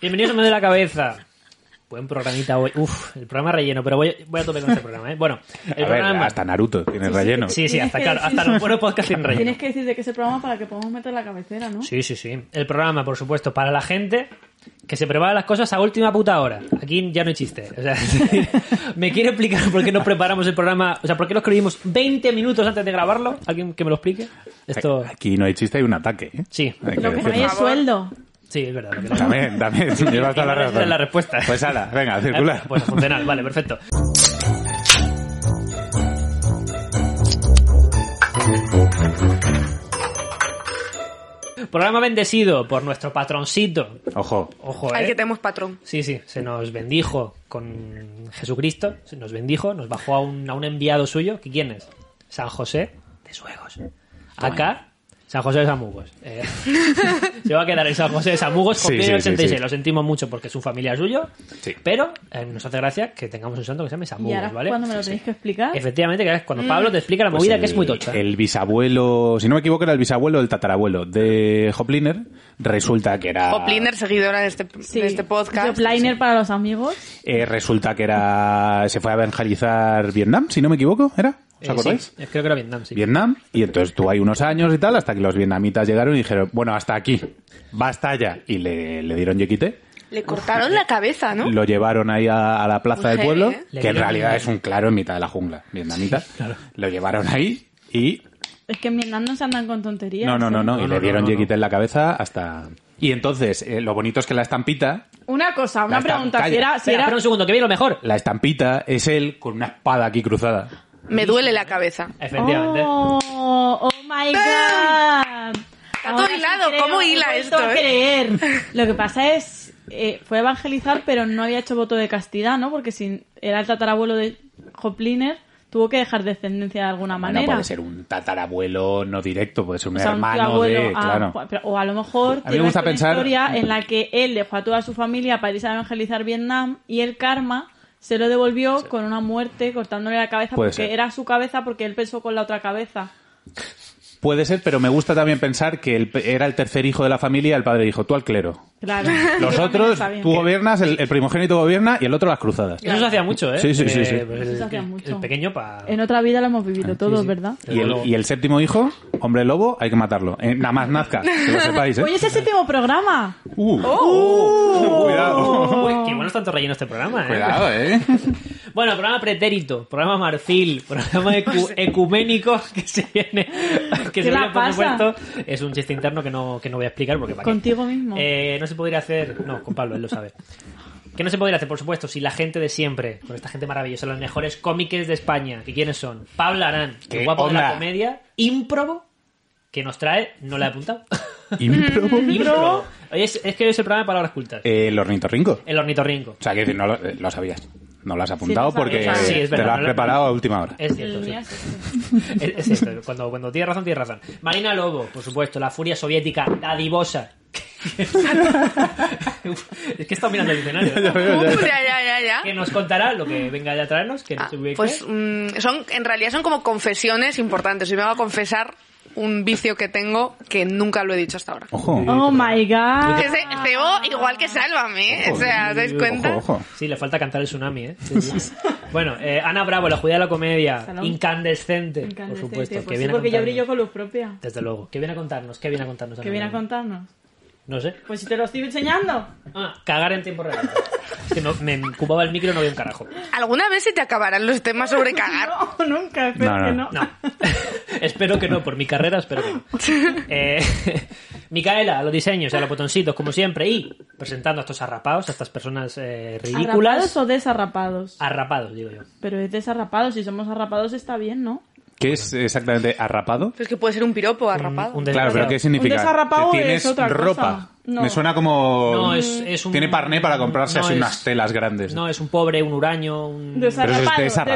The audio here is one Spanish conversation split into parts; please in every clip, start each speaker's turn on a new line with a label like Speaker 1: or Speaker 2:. Speaker 1: Bienvenidos a Me de la Cabeza. Buen programita hoy. Uf, el programa relleno, pero voy, voy a tope con este programa, ¿eh? Bueno, el
Speaker 2: A ver,
Speaker 1: programa...
Speaker 2: hasta Naruto tiene relleno.
Speaker 1: Sí, sí,
Speaker 3: Tienes
Speaker 1: hasta,
Speaker 3: que
Speaker 1: claro,
Speaker 3: decir-
Speaker 1: hasta los buenos podcasts sin relleno.
Speaker 3: Tienes que decir de qué es el programa para que podamos meter la cabecera, ¿no?
Speaker 1: Sí, sí, sí. El programa, por supuesto, para la gente que se prepara las cosas a última puta hora. Aquí ya no hay chiste. O sea, ¿Me quiere explicar por qué nos preparamos el programa? O sea, ¿por qué lo escribimos 20 minutos antes de grabarlo? ¿Alguien que me lo explique? Esto...
Speaker 2: Aquí no hay chiste, hay un ataque. ¿eh?
Speaker 1: Sí,
Speaker 2: Hay que
Speaker 3: Lo que no hay
Speaker 2: decirlo. Ah,
Speaker 3: es sueldo.
Speaker 1: sí, es verdad. lo que-
Speaker 2: Dame, dame, si llevas toda la
Speaker 1: Esa es
Speaker 2: razón.
Speaker 1: la respuesta.
Speaker 2: Pues ala, venga, circular.
Speaker 1: Eh, Pues a funcionar, vale, perfecto. Programa bendecido por nuestro patroncito.
Speaker 2: Ojo,
Speaker 1: Ojo,
Speaker 4: Al
Speaker 1: eh.
Speaker 4: que tenemos patrón.
Speaker 1: Sí, sí, se nos bendijo con Jesucristo, se nos bendijo, nos bajó a un, a un enviado suyo, que quién es? San José de Suegos. Acá, San José de Samugos. Eh, se va a quedar en San José de Samugos con
Speaker 2: Sí, sí,
Speaker 1: 86.
Speaker 2: sí, sí.
Speaker 1: Lo sentimos mucho porque es un familiar suyo,
Speaker 2: Sí.
Speaker 1: pero eh, nos hace gracia que tengamos un santo que se llame
Speaker 2: pues,
Speaker 3: Y
Speaker 1: Samugos,
Speaker 3: ahora es
Speaker 1: ¿vale?
Speaker 3: cuando me Mm. lo tenéis que explicar.
Speaker 1: Efectivamente, que es cuando Pablo te explica la
Speaker 2: Pues
Speaker 1: movida
Speaker 2: el-
Speaker 1: que es muy tocha.
Speaker 2: El bisabuelo, si no me equivoco, era el bisabuelo del tatarabuelo de Hopliner. Resulta que era.
Speaker 4: Hopliner, seguidora de este,
Speaker 3: Sí.
Speaker 4: de este podcast.
Speaker 3: Jopliner para los amigos.
Speaker 2: eh, resulta que era. Se fue a evangelizar Vietnam, si no me equivoco, ¿era?
Speaker 1: Eh,
Speaker 2: ¿Os acordáis?
Speaker 1: sí, creo que era Vietnam, sí.
Speaker 2: Vietnam, y entonces tú hay unos años y tal, hasta que los vietnamitas llegaron y dijeron, bueno, hasta aquí, basta ya, y le, le dieron yequite,
Speaker 4: Le cortaron la cabeza, ¿no?
Speaker 2: lo llevaron ahí a, a la plaza
Speaker 4: Muy
Speaker 2: del
Speaker 4: heavy,
Speaker 2: pueblo,
Speaker 4: ¿eh?
Speaker 1: Le
Speaker 2: que en
Speaker 1: dieron
Speaker 2: realidad
Speaker 1: yequite.
Speaker 2: es un claro en mitad de la jungla vietnamita, lo llevaron ahí y...
Speaker 3: Es que en Vietnam no se andan con tonterías.
Speaker 2: No, no, no, no,
Speaker 1: No,
Speaker 2: y
Speaker 1: no,
Speaker 2: le
Speaker 1: no,
Speaker 2: dieron
Speaker 1: no, no.
Speaker 2: yequite en la cabeza hasta... Y entonces, eh, lo bonito es que la estampita,
Speaker 3: Una cosa, una
Speaker 2: Ya está,
Speaker 3: pregunta. Si
Speaker 2: calla.
Speaker 3: era, si
Speaker 1: Espera,
Speaker 3: era-
Speaker 1: espera un segundo, que viene lo mejor.
Speaker 2: la estampita es él con una espada aquí cruzada.
Speaker 4: Me duele la cabeza.
Speaker 1: Efectivamente.
Speaker 3: Oh, oh my god.
Speaker 4: todo
Speaker 3: Ahora sí
Speaker 4: hilado,
Speaker 3: creo,
Speaker 4: ¿cómo
Speaker 3: he
Speaker 4: hila
Speaker 3: vuelto
Speaker 4: esto,
Speaker 3: a
Speaker 4: eh?
Speaker 3: creer. Lo que pasa es, eh, fue evangelizar, pero no había hecho voto de castidad, ¿no? Porque si era el tatarabuelo de Hopliner, tuvo que dejar descendencia de alguna
Speaker 2: Bueno,
Speaker 3: manera.
Speaker 2: Ah, puede ser un tatarabuelo no directo, puede ser un
Speaker 3: O sea, un
Speaker 2: hermano
Speaker 3: tío
Speaker 2: de...
Speaker 3: abuelo, ah,
Speaker 2: claro.
Speaker 3: jo- pero- o a lo mejor
Speaker 2: me
Speaker 3: tiene
Speaker 2: gusta
Speaker 3: una
Speaker 2: pensar-
Speaker 3: historia en la que él dejó a toda su familia para irse a evangelizar Vietnam y el karma se lo devolvió con una muerte cortándole la cabeza
Speaker 2: Puede
Speaker 3: porque
Speaker 2: ser.
Speaker 3: era su cabeza porque él pensó con la otra cabeza.
Speaker 2: Puede ser, pero me gusta también pensar que él era el tercer hijo de la familia, el padre dijo, tú al clero.
Speaker 3: Claro.
Speaker 2: Los otros,
Speaker 3: Está bien.
Speaker 2: tú gobiernas, el, el primogénito gobierna y el otro las cruzadas.
Speaker 1: Eso se hacía mucho, ¿eh?
Speaker 2: Sí, sí, sí,
Speaker 1: Eh,
Speaker 2: sí.
Speaker 1: pues
Speaker 3: Eso
Speaker 1: el,
Speaker 3: se hacía
Speaker 1: el-
Speaker 3: mucho.
Speaker 1: el pequeño para...
Speaker 3: En otra vida lo hemos
Speaker 2: Ah,
Speaker 3: vivido todos, ¿verdad?
Speaker 2: Y el, y el séptimo hijo, hombre lobo, hay que matarlo. Eh, nada más nazca, que lo sepáis, ¿eh?
Speaker 3: Oye, es el séptimo programa.
Speaker 2: Uh.
Speaker 1: oh.
Speaker 2: Cuidado.
Speaker 1: Uy, qué bueno es tanto relleno este programa, ¿eh?
Speaker 2: Cuidado, ¿eh?
Speaker 1: Bueno, programa pretérito, programa marfil, programa ecu- ecuménico que se viene, que se
Speaker 3: la
Speaker 1: viene, por
Speaker 3: pasa?
Speaker 1: supuesto. Es un chiste interno que no, que no voy a explicar porque para qué.
Speaker 3: Contigo mismo.
Speaker 1: Eh, no se podría hacer. No, con Pablo, él lo sabe. Que no se podría hacer, por supuesto, si la gente de siempre, con esta gente maravillosa, los mejores cómiques de España, que quiénes son? Pablo Arán, el
Speaker 2: ¿Qué
Speaker 1: guapo de la
Speaker 2: onda?
Speaker 1: comedia, ímprobo, que nos trae, no la he apuntado.
Speaker 2: Ímprobo.
Speaker 1: ímprobo. Oye, es, es que es el programa de palabras cultas.
Speaker 2: Eh, el ornitorrinco.
Speaker 1: El hornitorrinco.
Speaker 2: O sea, que no lo, eh, lo sabías. No lo has apuntado
Speaker 3: Sí, lo
Speaker 2: porque
Speaker 3: sabía.
Speaker 1: Sí, es
Speaker 2: te
Speaker 1: verdad,
Speaker 2: lo has
Speaker 1: no lo-
Speaker 2: preparado a última hora.
Speaker 1: Es
Speaker 3: El
Speaker 1: cierto, sí.
Speaker 3: mío es este.
Speaker 1: Es, es cierto, cuando, cuando tienes razón, tienes razón. Marina Lobo, por supuesto, la furia soviética dadivosa. es que está mirando el escenario.
Speaker 4: Uh, ya, ya, ya, ya.
Speaker 1: Que nos contará lo que venga a traernos, que no
Speaker 4: Ah,
Speaker 1: se ubique.
Speaker 4: pues mm, son, en realidad son como confesiones importantes. Hoy me voy a confesar un vicio que tengo que nunca lo he dicho hasta ahora.
Speaker 2: Ojo.
Speaker 3: Oh my god.
Speaker 4: Que se cebo E igual que sálvame. ¿eh? O sea, ¿os dais cuenta?
Speaker 2: Ojo, ojo.
Speaker 1: Sí, le falta cantar el tsunami, ¿eh? bueno, eh, Ana Bravo, la judía de la comedia,
Speaker 3: Salón.
Speaker 1: incandescente, por
Speaker 3: Incandescente,
Speaker 1: supuesto,
Speaker 3: pues
Speaker 1: que
Speaker 3: sí,
Speaker 1: viene a
Speaker 3: porque yo
Speaker 1: contarnos.
Speaker 3: brillo con luz propia.
Speaker 1: Desde luego. ¿Qué viene a contarnos? ¿Qué viene a contarnos?
Speaker 3: ¿Qué
Speaker 1: Ana
Speaker 3: viene a
Speaker 1: Bravo?
Speaker 3: contarnos?
Speaker 1: No sé.
Speaker 3: Pues si te lo estoy enseñando.
Speaker 1: Ah, cagar en tiempo real. Es que no, me ocupaba el micro y no veo un carajo.
Speaker 4: ¿Alguna vez se te acabarán los temas sobre cagar?
Speaker 3: No, nunca, espero
Speaker 2: No, no,
Speaker 3: que
Speaker 2: no.
Speaker 1: No. espero que no, por mi carrera, espero que no. Eh, Micaela, a los diseños y a los botoncitos, como siempre, y presentando a estos arrapados, a estas personas eh,
Speaker 3: ¿Arrapados
Speaker 1: ridículas.
Speaker 3: o desarrapados?
Speaker 1: Arrapados, digo yo.
Speaker 3: Pero es desarrapados, si somos arrapados está bien, ¿no?
Speaker 2: ¿Qué es exactamente arrapado?
Speaker 4: Pues que puede ser un piropo arrapado.
Speaker 1: Un
Speaker 2: Claro, pero
Speaker 1: desgraciado.
Speaker 2: ¿qué significa?
Speaker 3: desarrapado
Speaker 2: Que tienes
Speaker 3: es otra cosa.
Speaker 2: ropa
Speaker 3: No.
Speaker 2: Me suena como...
Speaker 1: No, es- es un-
Speaker 2: Tiene parné para comprarse
Speaker 1: no
Speaker 2: así
Speaker 1: es-
Speaker 2: unas telas grandes.
Speaker 1: No, es un pobre, un huraño, un...
Speaker 3: Desarrapado,
Speaker 2: Pero eso es desarrapado.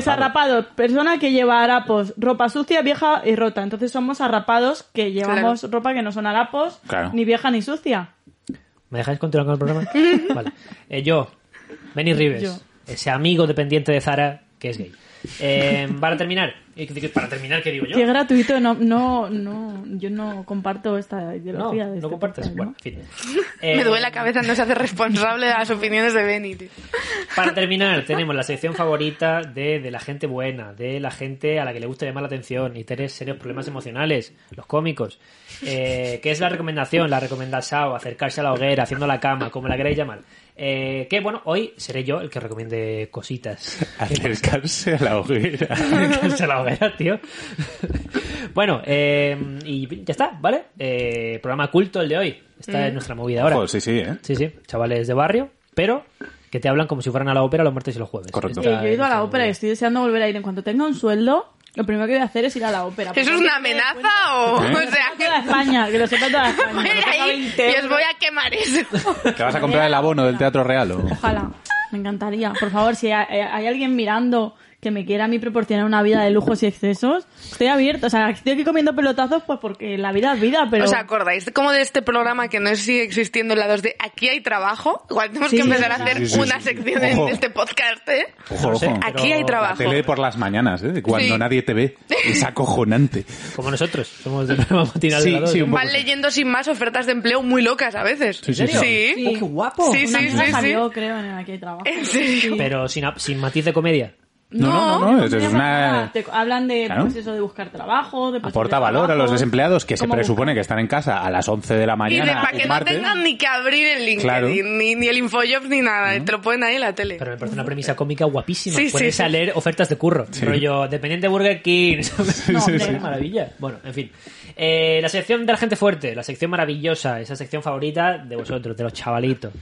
Speaker 3: desarrapado, persona que lleva harapos, ropa sucia, vieja y rota. Entonces somos arrapados que llevamos ropa que no son harapos,
Speaker 2: Claro.
Speaker 3: ni vieja ni sucia.
Speaker 1: ¿Me dejáis continuar con el programa? vale. Eh, yo, Benny Rives,
Speaker 3: Yo.
Speaker 1: ese amigo dependiente de Zara que es gay. Eh, para terminar, eh, para terminar, ¿qué digo yo?
Speaker 3: Qué gratuito, no, no, no, yo no comparto esta
Speaker 1: No,
Speaker 3: ideología. de
Speaker 1: no
Speaker 3: este
Speaker 1: compartes.
Speaker 3: podcast, ¿no?
Speaker 1: Bueno, en fin. Eh,
Speaker 4: Me duele la cabeza no se hace responsable de las opiniones de Benny, tío.
Speaker 1: Para terminar, tenemos la sección favorita de, de la gente buena, de la gente a la que le gusta llamar la atención y tener serios problemas emocionales, los cómicos, eh, que es la recomendación, la recomendación, acercarse a la hoguera, haciendo la cama, como la queráis llamar. Eh, que bueno, hoy seré yo el que recomiende cositas.
Speaker 2: Acercarse a la hoguera.
Speaker 1: Acercarse a la hoguera, tío. bueno, eh, y ya está, ¿vale? Eh, programa culto el de hoy. Esta es nuestra movida ahora.
Speaker 2: Ojo, sí, sí, ¿eh?
Speaker 1: Sí, sí, chavales de barrio, pero que te hablan como si fueran a la ópera los martes y los jueves.
Speaker 2: Correcto.
Speaker 3: Eh,
Speaker 1: Está-
Speaker 3: yo he ido a
Speaker 1: está
Speaker 3: la
Speaker 1: muy
Speaker 3: ópera y
Speaker 1: bien.
Speaker 3: estoy deseando volver a ir. En cuanto tenga un sueldo, lo primero que voy a hacer es ir a la ópera.
Speaker 4: ¿Eso es una amenaza o...?
Speaker 2: ¿Eh?
Speaker 4: O sea,
Speaker 3: Que toda España, que lo sepa toda España.
Speaker 4: voy a ir
Speaker 3: Cuando tenga
Speaker 4: ahí
Speaker 3: 20
Speaker 4: y os
Speaker 3: euros.
Speaker 4: voy a quemar eso.
Speaker 2: ¿Te vas a comprar el abono del Teatro Real o...?
Speaker 3: Ojalá, me encantaría. Por favor, si hay, eh, hay alguien mirando que me quiera a mí proporcionar una vida de lujos y excesos, estoy abierto. O sea, estoy aquí comiendo pelotazos pues porque la vida es vida, pero...
Speaker 4: ¿Os acordáis como de este programa que no sigue existiendo la 2 de Aquí hay trabajo? Igual tenemos
Speaker 3: Sí,
Speaker 4: que empezar
Speaker 3: sí,
Speaker 4: a hacer
Speaker 2: sí, sí,
Speaker 4: una
Speaker 2: sí.
Speaker 4: sección en
Speaker 2: Ojo.
Speaker 4: este podcast, ¿eh?
Speaker 2: Ojo,
Speaker 1: No sé,
Speaker 2: ojo.
Speaker 1: pero
Speaker 4: Aquí hay
Speaker 2: La
Speaker 4: trabajo.
Speaker 2: tele por las mañanas, ¿eh? Cuando
Speaker 4: Sí.
Speaker 2: nadie te ve. Es acojonante.
Speaker 1: Como nosotros, somos del programa matinal
Speaker 2: Sí,
Speaker 1: de la dos.
Speaker 2: sí, un poco.
Speaker 4: Van leyendo sin más ofertas de empleo muy locas a veces.
Speaker 2: Sí, sí, sí.
Speaker 4: Sí.
Speaker 1: Oh, qué guapo.
Speaker 4: Sí,
Speaker 3: Una
Speaker 4: sí,
Speaker 3: amiga
Speaker 4: sí, sí.
Speaker 3: salió, creo, en el aquí hay trabajo.
Speaker 4: ¿En serio?
Speaker 1: Pero sin, ap- sin matiz de comedia.
Speaker 2: No, no, no, es- es
Speaker 3: mira,
Speaker 2: una-
Speaker 3: Te hablan de,
Speaker 2: Claro.
Speaker 3: pues, eso de buscar trabajo, de
Speaker 2: Aporta
Speaker 3: posibles
Speaker 2: valor a los
Speaker 3: trabajos,
Speaker 2: desempleados que se
Speaker 3: cómo
Speaker 2: presupone que están en casa a las 11 de la
Speaker 4: Y
Speaker 2: mañana.
Speaker 4: de, para
Speaker 2: el
Speaker 4: que no
Speaker 2: martes.
Speaker 4: tengan ni que abrir el LinkedIn,
Speaker 2: Claro. Mm.
Speaker 4: ni, ni el InfoJobs, ni nada. Te lo ponen ahí en la tele.
Speaker 1: Pero me parece una premisa cómica guapísima.
Speaker 4: Sí, sí,
Speaker 1: Puedes
Speaker 4: sí.
Speaker 1: a leer ofertas de curro. Pero yo, dependiente Burger King.
Speaker 3: No, hombre.
Speaker 1: Qué maravilla. Bueno, en fin. Eh, la sección de la gente fuerte, la sección maravillosa, esa sección favorita de vosotros, de los chavalitos.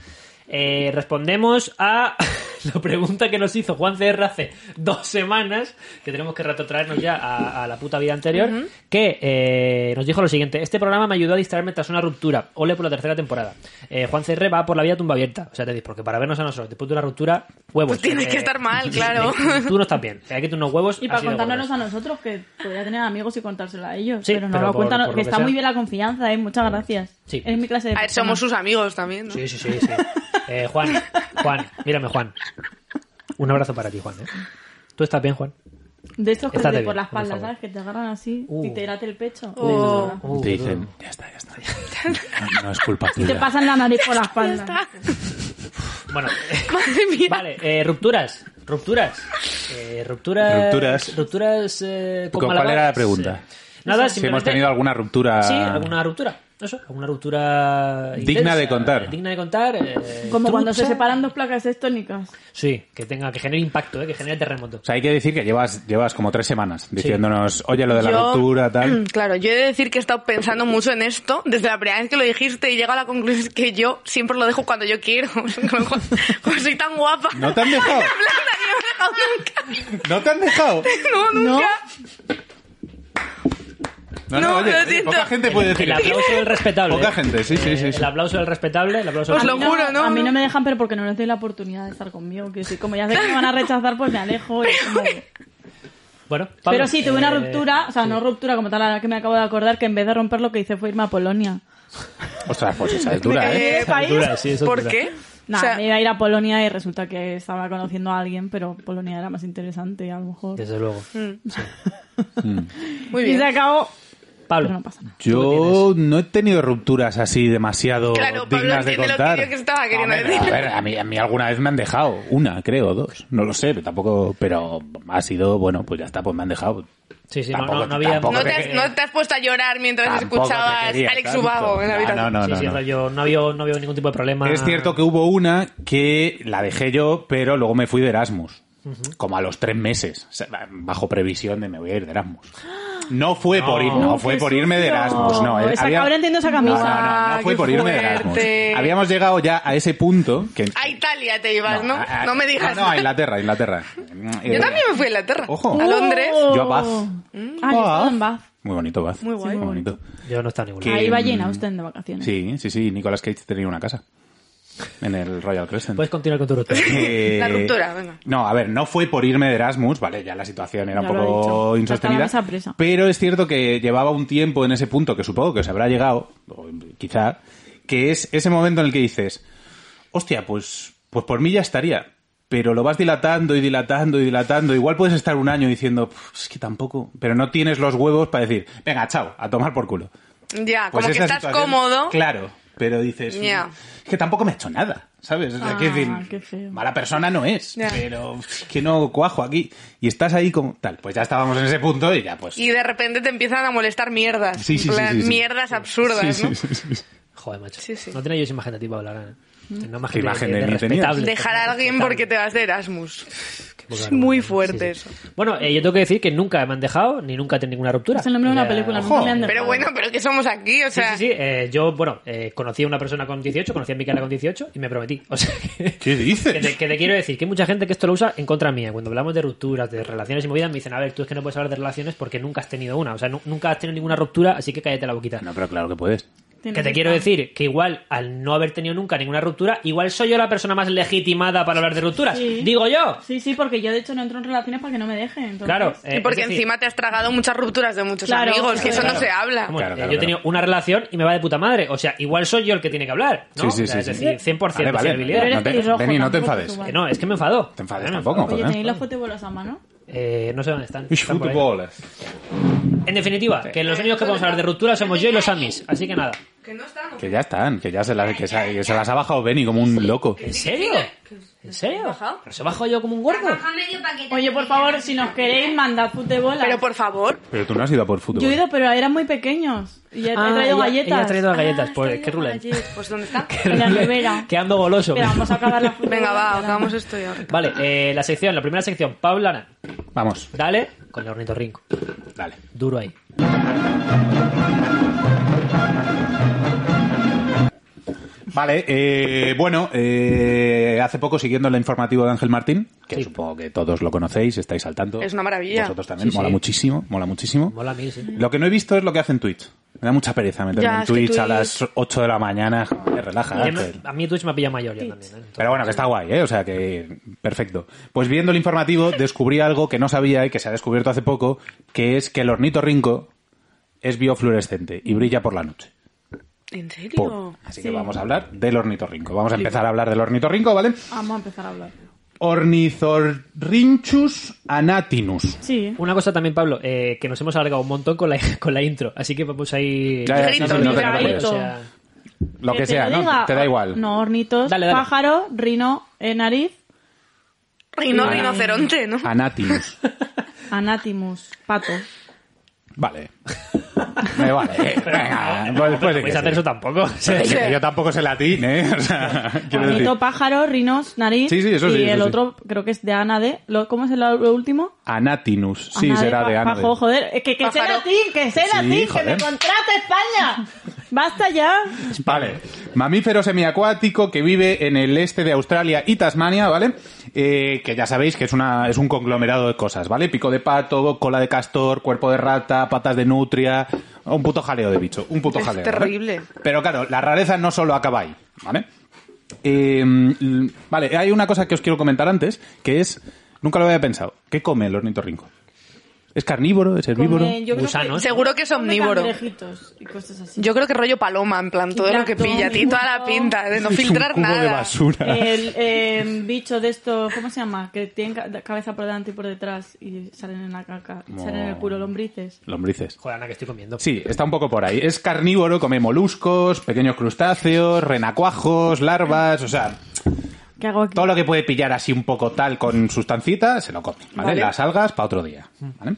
Speaker 1: Eh, respondemos a la pregunta que nos hizo Juan CR hace dos semanas, que tenemos que retrotraernos ya a, a la puta vida anterior, que eh, nos dijo lo siguiente, este programa me ayudó a distraerme tras una ruptura, ole por la tercera temporada. Eh, Juan CR va por la vida tumba abierta, o sea, te dices, porque para vernos a nosotros después de una ruptura, huevos. Eh,
Speaker 4: Pues tienes que estar mal, claro.
Speaker 1: Tú no estás bien, hay que tener unos huevos. así
Speaker 3: Y para
Speaker 1: de
Speaker 3: contárnoslos
Speaker 1: gordos.
Speaker 3: a nosotros, que podría tener amigos y contárselo a ellos.
Speaker 1: Sí,
Speaker 3: pero no
Speaker 1: pero
Speaker 3: lo
Speaker 1: por-
Speaker 3: cuentan,
Speaker 1: por lo que
Speaker 3: que está
Speaker 1: sea.
Speaker 3: muy bien la confianza, ¿eh? Muchas gracias.
Speaker 1: Sí.
Speaker 3: Eres mi clase de
Speaker 4: A ver,
Speaker 3: persona.
Speaker 4: somos sus amigos también, ¿no?
Speaker 1: Sí, sí, sí, sí. Eh, Juan, Juan, mírame, Juan. Un abrazo para ti, Juan. ¿eh? ¿Tú estás bien, Juan?
Speaker 3: De estos que te
Speaker 1: Estate bien,
Speaker 3: por la espalda,
Speaker 1: por favor.
Speaker 3: ¿sabes? Que te agarran así
Speaker 1: Uh.
Speaker 3: y te late el pecho.
Speaker 4: Oh.
Speaker 3: Uh.
Speaker 1: Uh,
Speaker 2: Te
Speaker 1: qué
Speaker 2: dicen,
Speaker 1: duro.
Speaker 2: ya está, ya está. No, no es culpa
Speaker 3: Y te
Speaker 2: tuya.
Speaker 3: pasan la nariz por la espalda.
Speaker 1: Bueno,
Speaker 4: Madre mía.
Speaker 1: vale, eh, rupturas. Rupturas. Eh, rupturas.
Speaker 2: Rupturas.
Speaker 1: Rupturas. eh, con
Speaker 2: ¿Cuál
Speaker 1: malabares.
Speaker 2: era la pregunta?
Speaker 1: Eh, nada,
Speaker 2: Si hemos
Speaker 1: simplemente-
Speaker 2: tenido alguna ruptura...
Speaker 1: Sí, alguna ruptura. Eso, alguna ruptura.
Speaker 2: Digna
Speaker 1: intensa,
Speaker 2: de contar.
Speaker 1: eh, Digna de contar. eh,
Speaker 3: Como cuando
Speaker 1: trucha.
Speaker 3: se separan dos placas tectónicas.
Speaker 1: Sí, que tenga, que genere impacto, eh, que genere terremoto.
Speaker 2: O sea, hay que decir que llevas, llevas como tres semanas diciéndonos, oye, lo de la ruptura, tal...
Speaker 4: Claro, yo he de decir que he estado pensando mucho en esto desde la primera vez que lo dijiste y llego a la conclusión que yo siempre lo dejo cuando yo quiero. Como- como soy tan guapa.
Speaker 2: ¿No te han dejado?
Speaker 4: Blanca, no me he dejado
Speaker 2: ¿No te han dejado?
Speaker 4: nunca.
Speaker 2: No,
Speaker 4: No, nunca. No,
Speaker 2: no, oye,
Speaker 4: lo
Speaker 2: oye,
Speaker 4: siento.
Speaker 2: poca gente puede decir
Speaker 1: El aplauso del respetable.
Speaker 2: Poca gente, sí, sí,
Speaker 1: Eh,
Speaker 2: sí, sí.
Speaker 1: El aplauso del respetable, el aplauso
Speaker 4: Os
Speaker 1: del
Speaker 4: lo juro, ¿no?
Speaker 3: A mí no me dejan, pero porque no les doy la oportunidad de estar conmigo. Que sí, como ya sé que me van a rechazar, pues me alejo. y es como-
Speaker 1: Bueno, Pablo,
Speaker 3: Pero sí, tuve una
Speaker 1: eh,
Speaker 3: ruptura, o sea, no ruptura como tal, ahora que me acabo de acordar, que en vez de romper lo que hice fue irme a Polonia.
Speaker 2: Ostras, pues esa es dura, ¿eh?
Speaker 4: Eh,
Speaker 1: Es dura, sí, es
Speaker 4: ¿Por
Speaker 1: dura.
Speaker 4: qué?
Speaker 3: Nada,
Speaker 4: O sea,
Speaker 3: me iba a ir a Polonia y resulta que estaba conociendo a alguien, pero Polonia era más interesante, a lo mejor.
Speaker 1: Desde luego.
Speaker 4: muy
Speaker 3: Y se
Speaker 4: bien.
Speaker 3: acabó,
Speaker 1: Pablo,
Speaker 3: pero no pasa nada.
Speaker 2: Yo no he tenido rupturas así demasiado
Speaker 4: Claro, Pablo
Speaker 2: dignas de
Speaker 4: entiende lo que
Speaker 2: contar.
Speaker 4: yo que estaba queriendo
Speaker 2: Hombre,
Speaker 4: decir.
Speaker 2: A ver, a mí, a mí alguna vez me han dejado, una, creo, dos, no lo sé, pero tampoco, pero ha sido, bueno, pues ya está, pues me han dejado.
Speaker 1: Sí, sí,
Speaker 2: Tampoco-
Speaker 1: no, no había...
Speaker 2: tampoco
Speaker 4: ¿No te,
Speaker 2: te-
Speaker 4: has, no te has puesto a llorar mientras
Speaker 2: Tampoco te
Speaker 4: escuchabas
Speaker 2: quería
Speaker 4: Alex
Speaker 2: tanto.
Speaker 4: Ubago en la
Speaker 2: No,
Speaker 4: habitación?
Speaker 2: no, no,
Speaker 1: sí,
Speaker 2: no,
Speaker 1: sí,
Speaker 2: no.
Speaker 1: rollo, no había, no había ningún tipo de problema.
Speaker 2: Es cierto que hubo una que la dejé yo, pero luego me fui de Erasmus. Como a los tres meses, o sea, bajo previsión de me voy a ir de Erasmus. No fue por ir, no,
Speaker 1: No,
Speaker 2: fue
Speaker 3: qué
Speaker 2: por irme de
Speaker 3: sucio.
Speaker 2: Erasmus, no. eh,
Speaker 3: Esa- ahora entiendo esa camisa.
Speaker 2: No, no, no, no
Speaker 4: Ah,
Speaker 2: fue
Speaker 4: qué
Speaker 2: por irme de Erasmus.
Speaker 4: fuerte.
Speaker 2: Habíamos llegado ya a ese punto que
Speaker 4: A Italia te ibas, ¿no? No,
Speaker 2: a- a-
Speaker 4: me digas.
Speaker 2: No, a Inglaterra, a Inglaterra. Eh,
Speaker 4: Yo también me fui a Inglaterra.
Speaker 2: Ojo.
Speaker 4: A Londres.
Speaker 2: Yo a Bath.
Speaker 3: ¡Oh! Mm. Ah, yo estaba en Bath.
Speaker 2: Muy bonito, Bath.
Speaker 4: Muy guay.
Speaker 2: Muy bonito.
Speaker 1: Yo no estaba en ningún
Speaker 2: Que-
Speaker 1: lado.
Speaker 3: Ahí va Jane
Speaker 2: mm,
Speaker 3: Austen de vacaciones.
Speaker 2: Sí, sí, sí. Nicolas Cage tenía una casa en el Royal Crescent.
Speaker 1: Puedes continuar con tu ruta.
Speaker 2: Eh,
Speaker 4: La ruptura, venga.
Speaker 2: No, a ver, no fue por irme de Erasmus, vale, ya la situación era
Speaker 3: Ya
Speaker 2: un
Speaker 3: lo he dicho.
Speaker 2: poco
Speaker 3: Ya
Speaker 2: insostenida.
Speaker 3: estaba más apresa.
Speaker 2: Pero es cierto que llevaba un tiempo en ese punto que supongo que os habrá llegado, o quizá, que es ese momento en el que dices, hostia, pues, pues por mí ya estaría. Pero lo vas dilatando y dilatando y dilatando. Igual puedes estar un año diciendo, "Puf, es que tampoco. Pero no tienes los huevos para decir, venga, chao, a tomar por culo.
Speaker 4: Ya,
Speaker 2: Pues
Speaker 4: como que
Speaker 2: esa
Speaker 4: estás
Speaker 2: situación,
Speaker 4: cómodo.
Speaker 2: Claro, pero dices,
Speaker 4: Ya.
Speaker 2: es que tampoco me he hecho nada, ¿sabes? O sea,
Speaker 3: Ah,
Speaker 2: quiero decir,
Speaker 3: qué feo.
Speaker 2: mala persona no es,
Speaker 4: Ya.
Speaker 2: pero es que no cuajo aquí. Y estás ahí como tal. Pues ya estábamos en ese punto y ya pues...
Speaker 4: Y de repente te empiezan a molestar mierdas.
Speaker 2: Sí, sí,
Speaker 4: En
Speaker 2: sí,
Speaker 4: plan,
Speaker 2: sí, sí.
Speaker 4: Mierdas absurdas,
Speaker 2: Sí, sí,
Speaker 4: ¿no?
Speaker 2: sí, sí, sí.
Speaker 1: Joder, macho.
Speaker 4: Sí, sí.
Speaker 1: No tenía yo imagen de ti,
Speaker 3: Mm.
Speaker 1: Paula. ahora, ¿eh? Tenía una
Speaker 2: ¿Qué
Speaker 1: imagen,
Speaker 2: imagen
Speaker 1: de,
Speaker 2: de
Speaker 1: de
Speaker 2: mí
Speaker 1: respetable.
Speaker 4: Dejar a alguien porque te vas de Erasmus. Es muy fuerte
Speaker 1: Sí, sí.
Speaker 4: eso.
Speaker 1: Bueno, eh, yo tengo que decir que nunca me han dejado ni nunca he tenido ninguna ruptura.
Speaker 3: Es el nombre de
Speaker 1: O
Speaker 3: una
Speaker 1: sea,
Speaker 3: película.
Speaker 1: ojo.
Speaker 3: no me han dejado.
Speaker 4: Pero bueno, pero que somos aquí, o
Speaker 1: Sí,
Speaker 4: sea.
Speaker 1: sí, sí. eh, yo, bueno, eh, conocí a una persona con 18, conocí a Micaela con 18 y me prometí. O sea que...
Speaker 2: ¿Qué
Speaker 1: Que te,
Speaker 2: dices?
Speaker 1: que te quiero decir que hay mucha gente que esto lo usa en contra mía. Cuando hablamos de rupturas, de relaciones y movidas, me dicen, a ver, tú es que no puedes hablar de relaciones porque nunca has tenido una. O sea, nu- nunca has tenido ninguna ruptura, así que cállate la boquita.
Speaker 2: No, pero claro que puedes.
Speaker 3: Tiene
Speaker 1: Que te
Speaker 3: que
Speaker 1: quiero
Speaker 3: estar.
Speaker 1: decir que igual, al no haber tenido nunca ninguna ruptura, igual soy yo la persona más legitimada para hablar de rupturas.
Speaker 3: Sí.
Speaker 1: Digo yo.
Speaker 3: Sí, sí, porque yo de hecho no entro en relaciones para que no me dejen. entonces-
Speaker 1: Claro. eh,
Speaker 4: Y porque
Speaker 1: es decir,
Speaker 4: encima te has tragado muchas rupturas de muchos
Speaker 3: Claro,
Speaker 4: amigos, que eso
Speaker 3: claro.
Speaker 4: no se habla.
Speaker 1: vamos,
Speaker 2: Claro,
Speaker 1: eh,
Speaker 2: claro,
Speaker 1: yo he
Speaker 2: claro.
Speaker 1: tenido una relación y me va de puta madre. O sea, igual soy yo el que tiene que hablar. ¿no?
Speaker 2: Sí, sí,
Speaker 1: O sea,
Speaker 2: sí,
Speaker 1: es
Speaker 2: sí.
Speaker 1: decir, 100%
Speaker 2: Vale, vale,
Speaker 1: fiabilidad.
Speaker 3: pero
Speaker 2: no te-
Speaker 3: Eres pelirrojo,
Speaker 2: Benny, no te
Speaker 3: tampoco
Speaker 2: enfades.
Speaker 3: tú,
Speaker 1: Que
Speaker 3: vale.
Speaker 1: no, es que me enfado.
Speaker 2: Te enfades
Speaker 1: Me
Speaker 2: tampoco,
Speaker 1: enfado.
Speaker 3: Oye,
Speaker 2: Joder.
Speaker 3: tenéis los fotobolas a mano.
Speaker 1: Eh, no sé dónde están.
Speaker 2: Es
Speaker 1: Están por ahí.
Speaker 2: fútbol.
Speaker 1: En definitiva, que los únicos que podemos hablar de ruptura somos yo y los Amis. Así que nada.
Speaker 4: Que no está,
Speaker 2: Que ya están, que ya se, la- que se- que se las ha bajado Benny como un loco.
Speaker 1: ¿En serio? ¿En serio?
Speaker 4: bajado?
Speaker 1: ¿Pero se bajo yo como un gordo?
Speaker 3: Oye, por favor, si nos queréis, mandad fotobolas.
Speaker 4: Pero por favor,
Speaker 2: Pero tú no has ido a por fútbol.
Speaker 3: Yo he ido, pero eran muy pequeños. Y he, he
Speaker 1: Ah,
Speaker 3: traído
Speaker 1: ella-
Speaker 3: galletas.
Speaker 1: ella ha traído galletas.
Speaker 4: Ah,
Speaker 1: Pues,
Speaker 4: está
Speaker 1: qué
Speaker 4: bien,
Speaker 1: rulen.
Speaker 4: allí. Pues ¿dónde está?
Speaker 3: En la nevera.
Speaker 1: Que ando goloso. pues.
Speaker 3: Espera, vamos a acabar la foto.
Speaker 4: Venga, va, acabamos esto ya.
Speaker 1: Vale, eh, la sección, la primera sección. Paulana,
Speaker 2: Vamos,
Speaker 1: dale con el ornitorrinco.
Speaker 2: dale.
Speaker 1: Duro ahí.
Speaker 2: Vale, eh, bueno, eh, hace poco siguiendo el informativo de Ángel Martín, que
Speaker 1: Sí.
Speaker 2: supongo que todos lo conocéis, estáis al tanto.
Speaker 4: Es una maravilla.
Speaker 2: Vosotros también,
Speaker 1: Sí,
Speaker 2: mola
Speaker 1: sí.
Speaker 2: muchísimo, mola muchísimo.
Speaker 1: Mola a mí, sí.
Speaker 2: Lo que no he visto es lo que hace en Twitch. Me da mucha pereza meterme
Speaker 4: Ya,
Speaker 2: en
Speaker 4: es que
Speaker 2: Twitch, a
Speaker 4: Twitch-
Speaker 2: las 8 de la mañana. Joder, relaja,
Speaker 1: Y
Speaker 2: Ángel.
Speaker 1: además, A mí Twitch me ha pillado mayor ya también. ¿eh? Entonces,
Speaker 2: Pero bueno, que está guay, ¿eh? O sea que perfecto. Pues viendo el informativo descubrí algo que no sabía y que se ha descubierto hace poco, que es que el ornitorrinco es biofluorescente y brilla por la noche.
Speaker 4: ¿En serio?
Speaker 2: Pum. Así que vamos a hablar del ornitorrinco. Vamos a empezar a hablar del ornitorrinco, ¿vale?
Speaker 3: Vamos a empezar a hablar.
Speaker 2: Ornithorrinchus anatinus.
Speaker 3: Sí.
Speaker 1: Una cosa también, Pablo, eh, que nos hemos alargado un montón con la, con la intro. Así que vamos ahí.
Speaker 2: Ya, ya,
Speaker 4: Grito,
Speaker 2: sí, sí, no te- no te
Speaker 3: grito.
Speaker 2: preocupes.
Speaker 1: O sea,
Speaker 2: Lo que
Speaker 3: te
Speaker 2: sea,
Speaker 3: lo
Speaker 2: ¿no?
Speaker 3: diga.
Speaker 2: Te da igual.
Speaker 3: No, ornitos,
Speaker 1: Dale, dale.
Speaker 3: pájaro, rino, eh, nariz,
Speaker 4: Rino,
Speaker 2: Ah.
Speaker 4: rinoceronte, ¿no?
Speaker 2: Anatinus.
Speaker 3: anatimus, pato.
Speaker 2: Vale. Me vale. Venga, pues, pues,
Speaker 1: no podéis hacer eso tampoco. O sea,
Speaker 2: Pero que yo tampoco sé latín, ¿eh? O sea, quiero decir-
Speaker 3: Ornito, pájaro, rinos, nariz.
Speaker 2: Sí, sí, eso
Speaker 3: y
Speaker 2: sí, eso
Speaker 3: el
Speaker 2: sí.
Speaker 3: otro creo que es de Ana de. lo- ¿Cómo es el lo último?
Speaker 2: Anatinus. Sí,
Speaker 3: Ana
Speaker 2: será
Speaker 3: pa-
Speaker 2: de Anade.
Speaker 3: Pajo, joder, eh, que, que sé
Speaker 4: Pájaro.
Speaker 3: latín, que sé
Speaker 2: Sí,
Speaker 3: latín, que
Speaker 2: joder.
Speaker 3: me contrata España. Basta ya.
Speaker 2: Vale. Mamífero semiacuático que vive en el este de Australia y Tasmania, ¿vale? Eh, que ya sabéis que es, una, es un conglomerado de cosas, ¿vale? Pico de pato, cola de castor, cuerpo de rata, patas de nutria. Un puto jaleo de bicho. Un puto
Speaker 4: Es
Speaker 2: jaleo.
Speaker 4: terrible.
Speaker 2: Pero claro, la rareza no solo acaba ahí, ¿vale? Eh, l- vale, hay una cosa que os quiero comentar antes, que es. Nunca lo había pensado. ¿Qué come el ornitorrinco? ¿Es carnívoro? ¿Es herbívoro?
Speaker 3: Come- yo creo que-
Speaker 1: Gusanos.
Speaker 4: Seguro que es
Speaker 3: come
Speaker 4: omnívoro.
Speaker 3: cangrejitos y cosas así.
Speaker 4: Yo creo que rollo paloma, en plan, todo lo que
Speaker 3: Plancton,
Speaker 4: pilla, tiene toda la
Speaker 3: tiburón.
Speaker 4: pinta de
Speaker 2: Es
Speaker 4: no
Speaker 2: un
Speaker 4: filtrar
Speaker 2: cubo de
Speaker 4: nada.
Speaker 2: basura.
Speaker 3: El eh, bicho de esto, ¿cómo se llama? Que tiene ca- cabeza por delante y por detrás y salen en la caca, salen en el culo lombrices.
Speaker 2: Lombrices.
Speaker 1: Joder, Ana, que estoy comiendo.
Speaker 2: Sí, está un poco por ahí. Es carnívoro, come moluscos, pequeños crustáceos, renacuajos, larvas, o sea,
Speaker 3: ¿Qué hago aquí?
Speaker 2: todo lo que puede pillar así un poco tal con sustancita, se lo come. ¿vale?
Speaker 4: Vale.
Speaker 2: Las algas para otro día. ¿vale?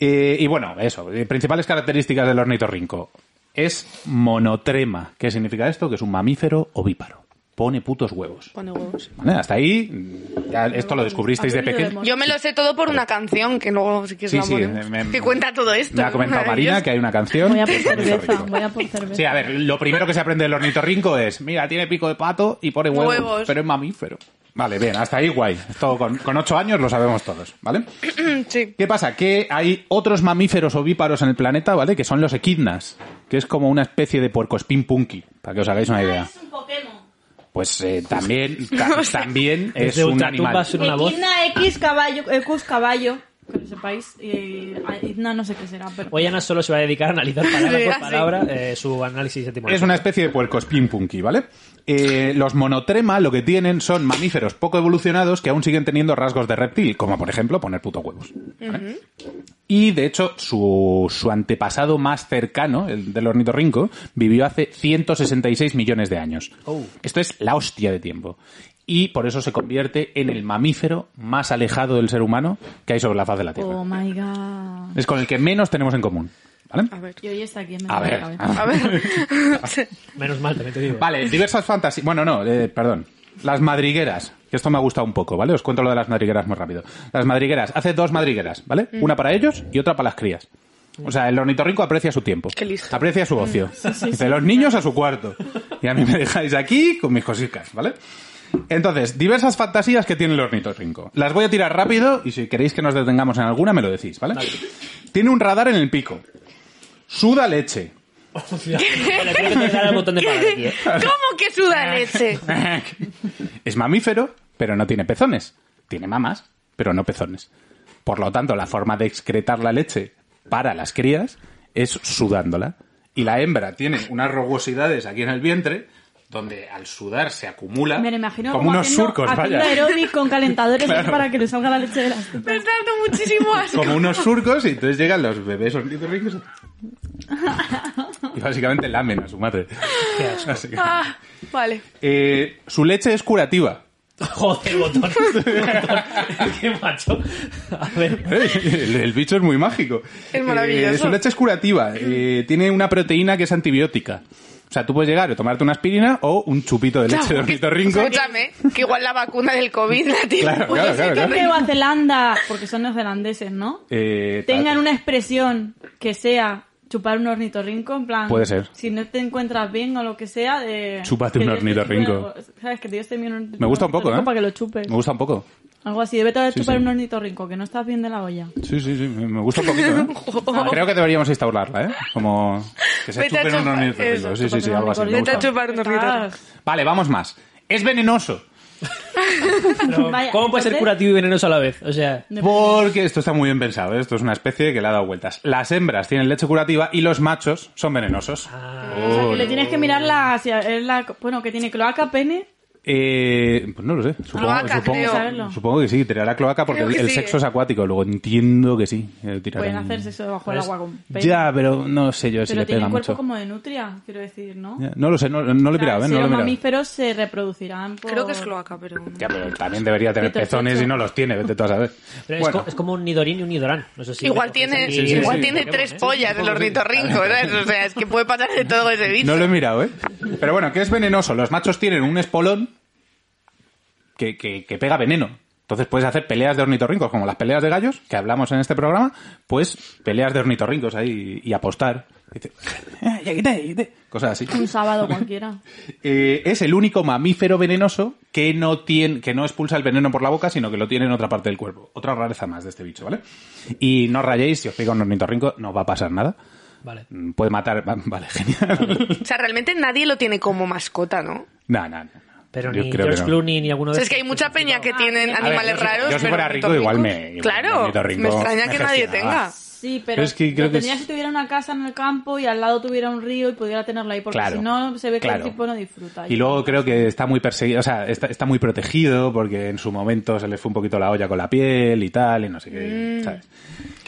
Speaker 2: Eh, y bueno, eso, eh, principales características del ornitorrinco. Es monotrema. ¿Qué significa esto? Que es un mamífero ovíparo. Pone putos huevos.
Speaker 4: Pone huevos.
Speaker 2: ¿Vale? Hasta ahí, mm, ya esto lo descubristeis de
Speaker 3: Aprendido de
Speaker 2: pequeño.
Speaker 3: mono.
Speaker 4: Yo me lo sé todo por una canción que luego si quieres
Speaker 2: Sí,
Speaker 4: la
Speaker 2: sí,
Speaker 4: ponemos.
Speaker 2: me- me-
Speaker 4: ¿eh? que cuenta todo esto.
Speaker 2: Me ha comentado Marina que hay una canción.
Speaker 3: Voy a por
Speaker 2: del
Speaker 3: cerveza,
Speaker 2: ornitorrinco.
Speaker 3: voy a por cerveza.
Speaker 2: Sí, a ver, lo primero que se aprende del ornitorrinco es, mira, tiene pico de pato y pone huevos,
Speaker 4: Huevos.
Speaker 2: pero es mamífero. Vale, bien, hasta ahí guay. Esto con, con ocho años lo sabemos todos, ¿vale?
Speaker 4: Sí.
Speaker 2: ¿Qué pasa? Que hay otros mamíferos ovíparos en el planeta, ¿vale? Que son los equidnas, que es como una especie de puercoespín punky, para que os hagáis una idea.
Speaker 3: Es un Pokémon.
Speaker 2: Pues eh, también, ta- también es
Speaker 1: Desde
Speaker 2: un
Speaker 1: Ultratumba
Speaker 2: animal.
Speaker 1: suena una voz.
Speaker 3: Equidna X caballo, Ecus caballo, que lo sepáis. Eh, Equidna no sé qué será, pero...
Speaker 1: Hoy Ana solo se va a dedicar a analizar palabra
Speaker 4: Sí,
Speaker 1: por
Speaker 4: así.
Speaker 1: palabra eh, su análisis etimológico.
Speaker 2: Es una especie de puercoespín punky, ¿vale? Eh, los monotrema lo que tienen son mamíferos poco evolucionados que aún siguen teniendo rasgos de reptil, como por ejemplo poner puto huevos. ¿vale? Y de hecho, su, su antepasado más cercano, el del ornitorrinco, vivió hace 166 millones de años.
Speaker 1: Oh.
Speaker 2: Esto es la hostia de tiempo. Y por eso se convierte en el mamífero más alejado del ser humano que hay sobre la faz de la Tierra.
Speaker 3: Oh my god.
Speaker 2: Es con el que menos tenemos en común. ¿Vale?
Speaker 4: A ver.
Speaker 3: Y hoy está aquí en
Speaker 2: A
Speaker 3: medio de
Speaker 2: ver.
Speaker 3: la cabeza.
Speaker 4: A ver. Sí.
Speaker 1: Menos mal, también te digo.
Speaker 2: Vale, diversas fantasías. Bueno, no, eh, perdón. Las madrigueras. Que esto me ha gustado un poco, ¿vale? Os cuento lo de las madrigueras muy rápido. Las madrigueras. Hace dos madrigueras, ¿vale?
Speaker 4: Mm.
Speaker 2: Una para ellos y otra para las crías. O sea, el ornitorrinco aprecia su tiempo.
Speaker 4: Qué listo. Mm.
Speaker 2: Aprecia su ocio. Dice, los niños a su cuarto. Y a mí me dejáis aquí con mis cositas, ¿vale? Entonces, diversas fantasías que tiene el ornitorrinco. Las voy a tirar rápido y si queréis que nos detengamos en alguna, me lo decís, ¿vale? Tiene un radar en el pico. Suda leche.
Speaker 1: Vale, creo que te dará el botón de parar aquí, ¿eh?
Speaker 4: ¿Cómo que
Speaker 2: Ah.
Speaker 4: suda leche?
Speaker 2: es mamífero, pero no tiene pezones. Tiene mamas, pero no pezones. Por lo tanto, la forma de excretar la leche para las crías es sudándola. Y la hembra tiene unas rugosidades aquí en el vientre, donde al sudar se acumula
Speaker 3: Me lo imagino
Speaker 2: como,
Speaker 3: como
Speaker 2: unos
Speaker 3: haciendo-
Speaker 2: surcos,
Speaker 3: haciendo
Speaker 2: vaya.
Speaker 3: aeróbic con calentadores para que le salga la leche de las
Speaker 4: Me está dando muchísimo asco.
Speaker 2: Como unos surcos, y entonces llegan los bebés ornitorrincos y básicamente lamen a su madre.
Speaker 1: Qué asco.
Speaker 2: Así que-
Speaker 4: Ah, vale.
Speaker 2: Eh, su leche es curativa.
Speaker 1: Joder, botón. botón. Qué macho. A ver.
Speaker 2: Eh, El, el bicho es muy mágico.
Speaker 4: Es maravilloso.
Speaker 2: Eh, su leche es curativa. eh, tiene una proteína que es antibiótica. O sea, tú puedes llegar a tomarte una aspirina o un chupito de leche de ornitorrinco.
Speaker 4: Escúchame, que igual la vacuna del COVID la tiene.
Speaker 2: Claro,
Speaker 4: Pues
Speaker 2: claro,
Speaker 4: sí
Speaker 2: claro,
Speaker 4: que
Speaker 2: claro.
Speaker 3: Que Nueva Zelanda, porque son neozelandeses, ¿no?
Speaker 2: Eh,
Speaker 3: Tengan
Speaker 2: tal.
Speaker 3: una expresión que sea chupar un ornitorrinco, en plan...
Speaker 2: Puede ser.
Speaker 3: Si no te encuentras bien o lo que sea, de...
Speaker 2: Chúpate
Speaker 3: que
Speaker 2: un
Speaker 3: Dios te
Speaker 2: ornitorrinco.
Speaker 3: chupe- Sabes, que Dios te envíe un ornitorrinco
Speaker 2: Me gusta un poco, ¿eh?
Speaker 3: Para que lo chupes.
Speaker 2: Me gusta un poco.
Speaker 3: Algo así, debe a
Speaker 2: Sí,
Speaker 3: chupar
Speaker 2: sí.
Speaker 3: un ornitorrinco, que no estás bien de la olla.
Speaker 2: Sí, sí, sí. Me me gusta un poquito, ¿eh? Creo que deberíamos instaurarla, ¿eh? Como que se
Speaker 4: Vete a
Speaker 2: chupen un
Speaker 4: chupar-
Speaker 2: ornitorrinco.
Speaker 4: eso,
Speaker 2: Sí, sí, sí, algo así. me
Speaker 4: Vete a
Speaker 2: gusta.
Speaker 4: chupar un ornitorrinco.
Speaker 2: Vale, vamos más. Es venenoso.
Speaker 1: pero
Speaker 3: Vaya,
Speaker 1: ¿Cómo puede ser
Speaker 3: entonces-
Speaker 1: curativo y venenoso a la vez? O sea,
Speaker 2: Porque esto está muy bien pensado, ¿eh? esto es una especie que le ha dado vueltas. Las hembras tienen leche curativa y los machos son venenosos.
Speaker 3: Ah, O sea, que le tienes que mirar la, si es la... Bueno, que tiene cloaca, pene...
Speaker 2: Eh, pues no lo sé. Supongo,
Speaker 4: Cloaca, creo.
Speaker 2: supongo,
Speaker 3: Saberlo.
Speaker 2: supongo que sí, tirará la cloaca porque
Speaker 4: Creo
Speaker 2: el,
Speaker 4: que
Speaker 2: el
Speaker 4: sí,
Speaker 2: sexo
Speaker 4: eh.
Speaker 2: es acuático. Luego entiendo que sí. eh,
Speaker 3: Pueden
Speaker 2: tirarán-
Speaker 3: hacer sexo bajo el
Speaker 1: Pues,
Speaker 3: agua con pene.
Speaker 2: Ya, pero no sé yo si
Speaker 3: Pero
Speaker 2: le
Speaker 3: tiene
Speaker 2: pega
Speaker 3: el cuerpo
Speaker 2: mucho.
Speaker 3: como de nutria, quiero decir, ¿no?
Speaker 2: Ya, No lo sé, no, no lo he
Speaker 3: Claro,
Speaker 2: mirado, ¿eh?
Speaker 3: si
Speaker 2: No lo he
Speaker 3: los
Speaker 2: mirado.
Speaker 3: mamíferos se reproducirán por...
Speaker 4: Creo que es cloaca, pero...
Speaker 2: Ya, pero también debería tener
Speaker 3: Pito,
Speaker 2: pezones
Speaker 3: pecho.
Speaker 2: y no los tiene, vete tú a saber.
Speaker 1: pero es,
Speaker 2: Bueno,
Speaker 1: co- es como un nidorín y un nidorán. No sé si
Speaker 4: Igual
Speaker 1: me
Speaker 4: tiene,
Speaker 1: coges aquí-
Speaker 2: sí,
Speaker 4: igual
Speaker 2: sí.
Speaker 4: tiene
Speaker 1: Pokémon,
Speaker 4: tres
Speaker 1: ¿eh?
Speaker 4: pollas el ornitorrinco, ¿sabes? O sea, es que puede pasar de todo ese bicho.
Speaker 2: no lo he mirado, ¿eh? Pero bueno, que es venenoso. Los machos tienen un espolón que, que- que pega veneno. Entonces puedes hacer peleas de ornitorrincos, como las peleas de gallos, que hablamos en este programa, pues peleas de ornitorrincos ahí y, y apostar. Dice, "Ah, ya quité, ya quité", Cosas así.
Speaker 3: Un sábado cualquiera.
Speaker 2: Eh, es el único mamífero venenoso que no tiene, que no expulsa el veneno por la boca, sino que lo tiene en otra parte del cuerpo. Otra rareza más de este bicho, ¿vale? Y no rayéis, si os pega un ornitorrinco, no va a pasar nada.
Speaker 1: Vale.
Speaker 2: Mm, Puede matar, va- vale, genial.
Speaker 4: O sea, realmente nadie lo tiene como mascota, ¿no?
Speaker 2: no, no, no.
Speaker 1: Pero
Speaker 2: Yo
Speaker 1: ni
Speaker 2: creo que
Speaker 1: George
Speaker 2: no.
Speaker 1: Clooney ni alguno
Speaker 4: O
Speaker 1: de
Speaker 4: sea, es que hay
Speaker 1: estos.
Speaker 4: mucha peña que tienen
Speaker 2: A ver, Ah,
Speaker 4: animales
Speaker 2: yo si-
Speaker 4: raros.
Speaker 2: Yo si
Speaker 4: pero
Speaker 2: fuera rico, igual me. igual un
Speaker 4: Claro,
Speaker 2: ornitorrinco
Speaker 4: me extraña que nadie
Speaker 2: gestionaba.
Speaker 4: tenga.
Speaker 3: Sí, pero
Speaker 2: Es que creo
Speaker 3: lo
Speaker 2: que
Speaker 3: tendría
Speaker 2: es-
Speaker 3: si tuviera una casa en el campo y al lado tuviera un río y pudiera tenerlo ahí, porque
Speaker 2: Claro,
Speaker 3: si no se ve que
Speaker 2: claro.
Speaker 3: el tipo no disfruta.
Speaker 2: Y luego creo que está muy perseguido, o sea, está, está muy protegido porque en su momento se le fue un poquito la olla con la piel y tal, y no sé qué,
Speaker 1: Mm.
Speaker 2: ¿sabes?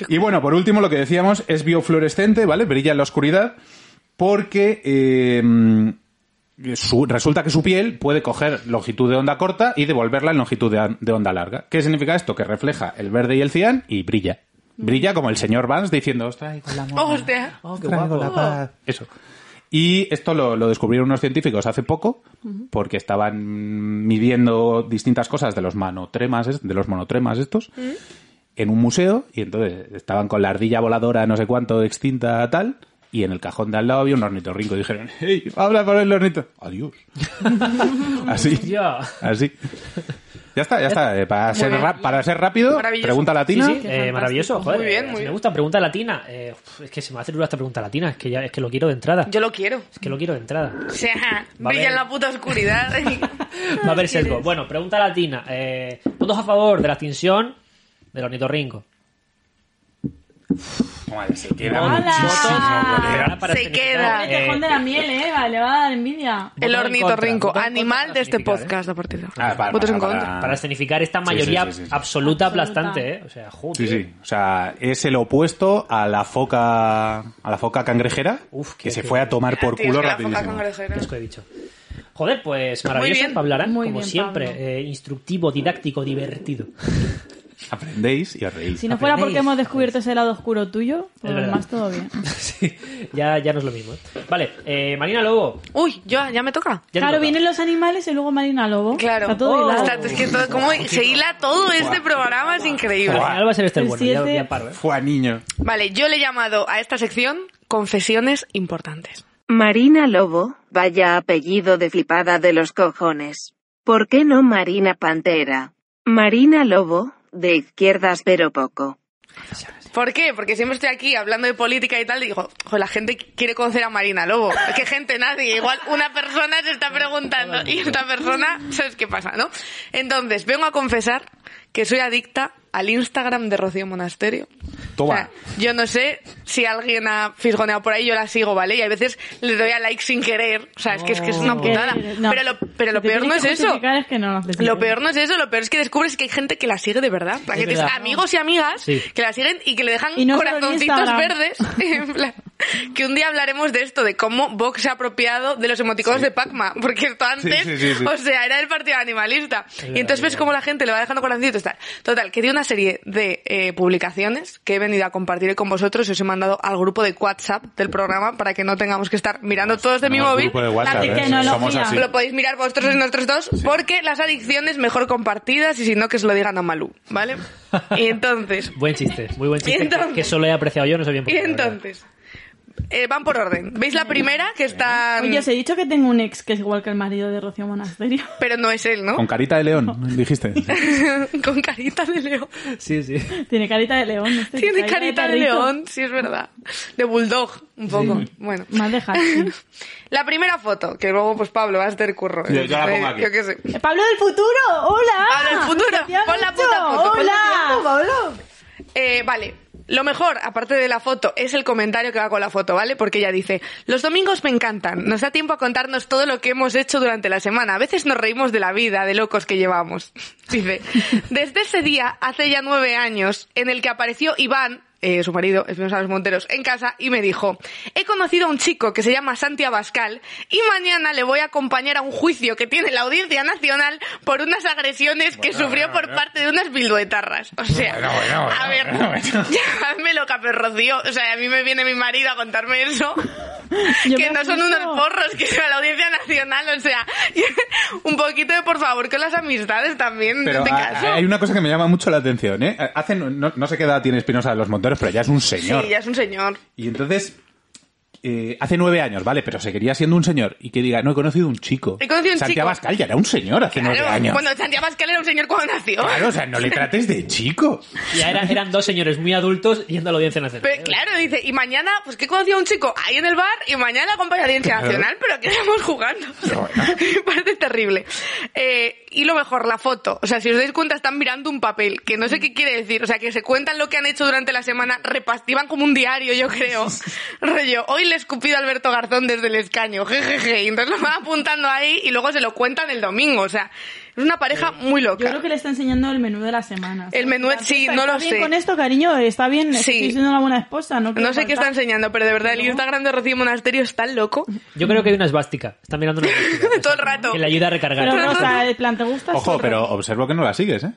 Speaker 2: Y bueno, por último, lo que decíamos es biofluorescente, ¿vale? Brilla en la oscuridad porque eh, su- resulta que su piel puede coger longitud de onda corta y devolverla en longitud de, de onda larga. ¿Qué significa esto? Que refleja el verde y el cian y brilla. Brilla como el señor Vance diciendo, ostras, con la mona".
Speaker 4: Hostia.
Speaker 1: Oh, qué guapo.
Speaker 2: Eso. Y esto lo, lo descubrieron unos científicos hace poco, porque estaban midiendo distintas cosas de los monotremas, es- de los monotremas estos, en un museo, y entonces estaban con la ardilla voladora no sé cuánto extinta tal, y en el cajón de al lado había un ornitorrinco, y dijeron, hey, habla por el ornito. Adiós. así.
Speaker 1: Ya.
Speaker 2: Así. Ya está, ya está. Eh, para, ser,
Speaker 4: bien.
Speaker 2: ra- para ser rápido,
Speaker 4: Maravilloso.
Speaker 2: pregunta latina.
Speaker 1: Sí, sí,
Speaker 3: Qué
Speaker 1: eh,
Speaker 3: fantástico.
Speaker 1: maravilloso,
Speaker 4: Muy
Speaker 1: joder.
Speaker 4: bien,
Speaker 1: eh,
Speaker 4: muy
Speaker 1: Me
Speaker 4: bien.
Speaker 1: gusta, pregunta latina. Eh, uf, es que se me hace dura esta pregunta latina, es que ya es que lo quiero de entrada.
Speaker 4: Yo lo quiero.
Speaker 1: Es que lo quiero de entrada.
Speaker 4: O sea,
Speaker 1: Va a
Speaker 4: brilla en
Speaker 1: ver.
Speaker 4: la puta oscuridad.
Speaker 1: Va a haber sesgo. Bueno, pregunta latina. Eh, ¿Votos a favor de la extinción del ornitorrinco?
Speaker 2: Madre, se queda
Speaker 3: ¡Hala!
Speaker 2: muchísimo, colega.
Speaker 1: Ahora para
Speaker 4: Se
Speaker 1: escenificar, eh,
Speaker 4: queda.
Speaker 3: El tejón de la miel, ¿eh? Vale, va a dar envidia.
Speaker 4: el
Speaker 1: voto en contra,
Speaker 4: ornitorrinco,
Speaker 1: voto en contra
Speaker 4: animal
Speaker 1: para
Speaker 4: de este
Speaker 1: significar, ¿eh?
Speaker 4: podcast a partir de ahora.
Speaker 2: Ah, para-
Speaker 4: Votos en
Speaker 2: para-
Speaker 4: contra.
Speaker 1: Para escenificar esta
Speaker 2: Sí,
Speaker 1: mayoría
Speaker 2: sí, sí, sí, sí.
Speaker 1: absoluta,
Speaker 3: Absoluta.
Speaker 1: aplastante, ¿eh? O sea, joder.
Speaker 2: Sí, sí. O sea, es el opuesto a la foca a la foca cangrejera
Speaker 1: Uf, qué-
Speaker 2: que se
Speaker 1: qué-
Speaker 2: fue a tomar por
Speaker 4: Tío, es
Speaker 2: culo
Speaker 4: que la foca
Speaker 2: rapidísimo.
Speaker 4: cangrejera.
Speaker 1: Qué asco he dicho. Joder, pues maravilloso
Speaker 4: bien.
Speaker 1: Pablo Arán,
Speaker 3: Muy
Speaker 1: como
Speaker 3: bien,
Speaker 1: siempre.
Speaker 3: Pablo.
Speaker 1: eh, instructivo, didáctico, divertido.
Speaker 2: Aprendéis y os reís.
Speaker 3: Si no fuera
Speaker 1: Aprendéis.
Speaker 3: porque hemos descubierto ese lado oscuro tuyo,
Speaker 1: Es
Speaker 3: por lo
Speaker 1: verdad.
Speaker 3: demás todo bien.
Speaker 1: sí, ya, ya no es lo mismo. ¿eh? Vale, eh, Marina Lobo.
Speaker 4: Uy, yo, ya me toca.
Speaker 1: ya te
Speaker 3: claro,
Speaker 1: toca.
Speaker 3: vienen los animales y luego Marina Lobo.
Speaker 4: Claro. Oh,
Speaker 3: Está todo hilado.
Speaker 4: Está- es que todo, como se hila todo este programa, es increíble.
Speaker 1: Al final va a ser este el
Speaker 3: El
Speaker 1: bueno, ya,
Speaker 3: siete.
Speaker 1: ya paro, ¿eh?
Speaker 2: Fue a niño.
Speaker 4: Vale, yo le he llamado a esta sección confesiones importantes.
Speaker 5: Marina Lobo, vaya apellido de flipada de los cojones. ¿Por qué no Marina Pantera? Marina Lobo, de izquierdas pero poco.
Speaker 4: ¿Por qué? Porque siempre estoy aquí hablando de política y tal y digo, "Jo, la gente quiere conocer a Marina Lobo. ¿Qué gente? Nadie. Igual una persona se está preguntando y esta persona, ¿sabes qué pasa, no? Entonces, vengo a confesar que soy adicta al Instagram de Rocío Monasterio.
Speaker 2: Toma.
Speaker 4: O sea, yo no sé si alguien ha fisgoneado por ahí, yo la sigo, ¿vale? Y a veces le doy a like sin querer. O sea, es que es, que es una
Speaker 3: No.
Speaker 4: putada.
Speaker 3: No.
Speaker 4: Pero lo, pero lo
Speaker 3: Te
Speaker 4: peor
Speaker 3: tienes
Speaker 4: no
Speaker 3: que
Speaker 4: es eso.
Speaker 3: justificar, es que no lo haces
Speaker 4: Lo
Speaker 3: bien.
Speaker 4: peor no es eso, lo peor es que descubres que hay gente que la sigue de verdad. La
Speaker 1: Es
Speaker 4: gente
Speaker 1: verdad.
Speaker 4: amigos y amigas
Speaker 1: Sí.
Speaker 4: que la siguen y que le dejan
Speaker 3: Y no solo en
Speaker 4: corazoncitos
Speaker 3: Instagram.
Speaker 4: verdes. en plan, que un día hablaremos de esto, de cómo Vox se ha apropiado de los emoticonos de Pacma. Porque esto antes,
Speaker 2: Sí, sí, sí, sí.
Speaker 4: o sea, era el partido animalista. y entonces ves cómo la gente le va dejando corazoncitos. Tal. Total, que di una serie de eh, publicaciones que he venido a compartir con vosotros y os he mandado al grupo de WhatsApp del programa para que no tengamos que estar mirando todos de mi
Speaker 2: No,
Speaker 4: móvil.
Speaker 2: grupo de WhatsApp,
Speaker 3: La
Speaker 2: ¿eh?
Speaker 3: tecnología.
Speaker 2: Somos así.
Speaker 4: Ah, Lo podéis mirar vosotros y nosotros dos, porque las adicciones mejor compartidas y si no que se lo digan a Malú, ¿vale? Y entonces,
Speaker 1: Buen chiste, muy buen chiste.
Speaker 4: Y entonces-
Speaker 1: que solo he apreciado yo, no sé bien por
Speaker 4: y
Speaker 1: qué. la verdad.
Speaker 4: entonces, eh, van por orden. ¿Veis la primera que está...
Speaker 3: Oye, os he dicho que tengo un ex que es igual que el marido de Rocío Monasterio.
Speaker 4: Pero no es él,
Speaker 2: Con
Speaker 4: ¿no?
Speaker 2: carita de león, dijiste.
Speaker 4: Con carita de león.
Speaker 1: Sí, sí.
Speaker 3: Tiene carita de león. este,
Speaker 4: Tiene carita de
Speaker 3: perrito.
Speaker 4: león, sí es verdad. De bulldog, un poco. Bueno.
Speaker 3: Más de Halloween.
Speaker 4: La primera foto, que luego pues Pablo va a hacer curro.
Speaker 2: Yo- yo la pongo aquí.
Speaker 4: Yo qué sé.
Speaker 3: ¡Eh, ¡Pablo del futuro! ¡Hola!
Speaker 4: Pablo del futuro,
Speaker 3: ¿Qué hacías
Speaker 4: pon la
Speaker 3: mucho?
Speaker 4: puta foto, pon la puta
Speaker 3: ¡Hola!
Speaker 4: Eh, vale. Lo mejor, aparte de la foto, es el comentario que va con la foto, ¿vale? Porque ella dice, los domingos me encantan, nos da tiempo a contarnos todo lo que hemos hecho durante la semana, a veces nos reímos de la vida, de locos que llevamos. Dice, desde ese día, hace ya nueve años, en el que apareció Iván, eh, su marido, es Gonzalo Monteros, en casa y me dijo, he conocido a un chico que se llama Santi Abascal y mañana le voy a acompañar a un juicio que tiene la Audiencia Nacional por unas agresiones que sufrió por parte de unas bilduetarras. O sea, a ver, llamadme loca, pero Rocío, o sea, a mí me viene mi marido a contarme eso,
Speaker 3: Yo
Speaker 4: que
Speaker 3: me
Speaker 4: no son
Speaker 3: asusto.
Speaker 4: unos porros que se va a la Audiencia Nacional, o sea, un poquito de por favor con las amistades también,
Speaker 2: Pero
Speaker 4: no te
Speaker 2: a-
Speaker 4: caso.
Speaker 2: hay una cosa que me llama mucho la atención, ¿eh? Hace, no, no- no sé qué edad tiene Espinosa de los Monteros, pero ya es un señor.
Speaker 4: Sí, ya es un señor.
Speaker 2: Y entonces, eh, hace nueve años, ¿vale? Pero seguiría siendo un señor. Y que diga, no, he conocido un chico.
Speaker 4: He conocido un
Speaker 2: Santiago
Speaker 4: chico.
Speaker 2: Abascal ya era un señor hace nueve
Speaker 4: Claro,
Speaker 2: años.
Speaker 4: Bueno, Santiago Abascal era un señor cuando nació.
Speaker 2: Claro, o sea, no le trates de chico.
Speaker 1: Ya era- eran dos señores muy adultos yendo a la audiencia nacional.
Speaker 4: Pero claro, dice, y mañana, pues que he conocido a un chico ahí en el bar y mañana la acompaña a la Audiencia Nacional, pero que estamos jugando. Me parece terrible. Eh, y lo mejor, la foto. O sea, si os dais cuenta, están mirando un papel, que no sé qué quiere decir. O sea, que se cuentan lo que han hecho durante la semana, repastivan como un diario, yo creo. Rollo, hoy le he escupido a Alberto Garzón desde el escaño, jejeje. Y entonces lo van apuntando ahí y luego se lo cuentan el domingo. O sea, es una pareja muy
Speaker 3: Yo
Speaker 4: loca.
Speaker 3: creo que le está enseñando el menú de la semana.
Speaker 4: El menú,
Speaker 3: Está-
Speaker 4: sí,
Speaker 3: está-
Speaker 4: no lo
Speaker 3: está
Speaker 4: sé.
Speaker 3: bien con esto, cariño? ¿Está bien?
Speaker 4: Sí.
Speaker 3: Estoy siendo una buena esposa, ¿no?
Speaker 4: No sé qué está enseñando, pero de verdad el Instagram de Rocío Monasterio es tan loco.
Speaker 1: Yo creo que hay una esvástica. Están mirando una esvástica.
Speaker 4: Todo el rato.
Speaker 1: Que le ayuda a recargar.
Speaker 3: Pero Rosa, el plan, ¿te gusta?
Speaker 2: Ojo,
Speaker 3: Sordo.
Speaker 2: pero observo que no la sigues, ¿eh?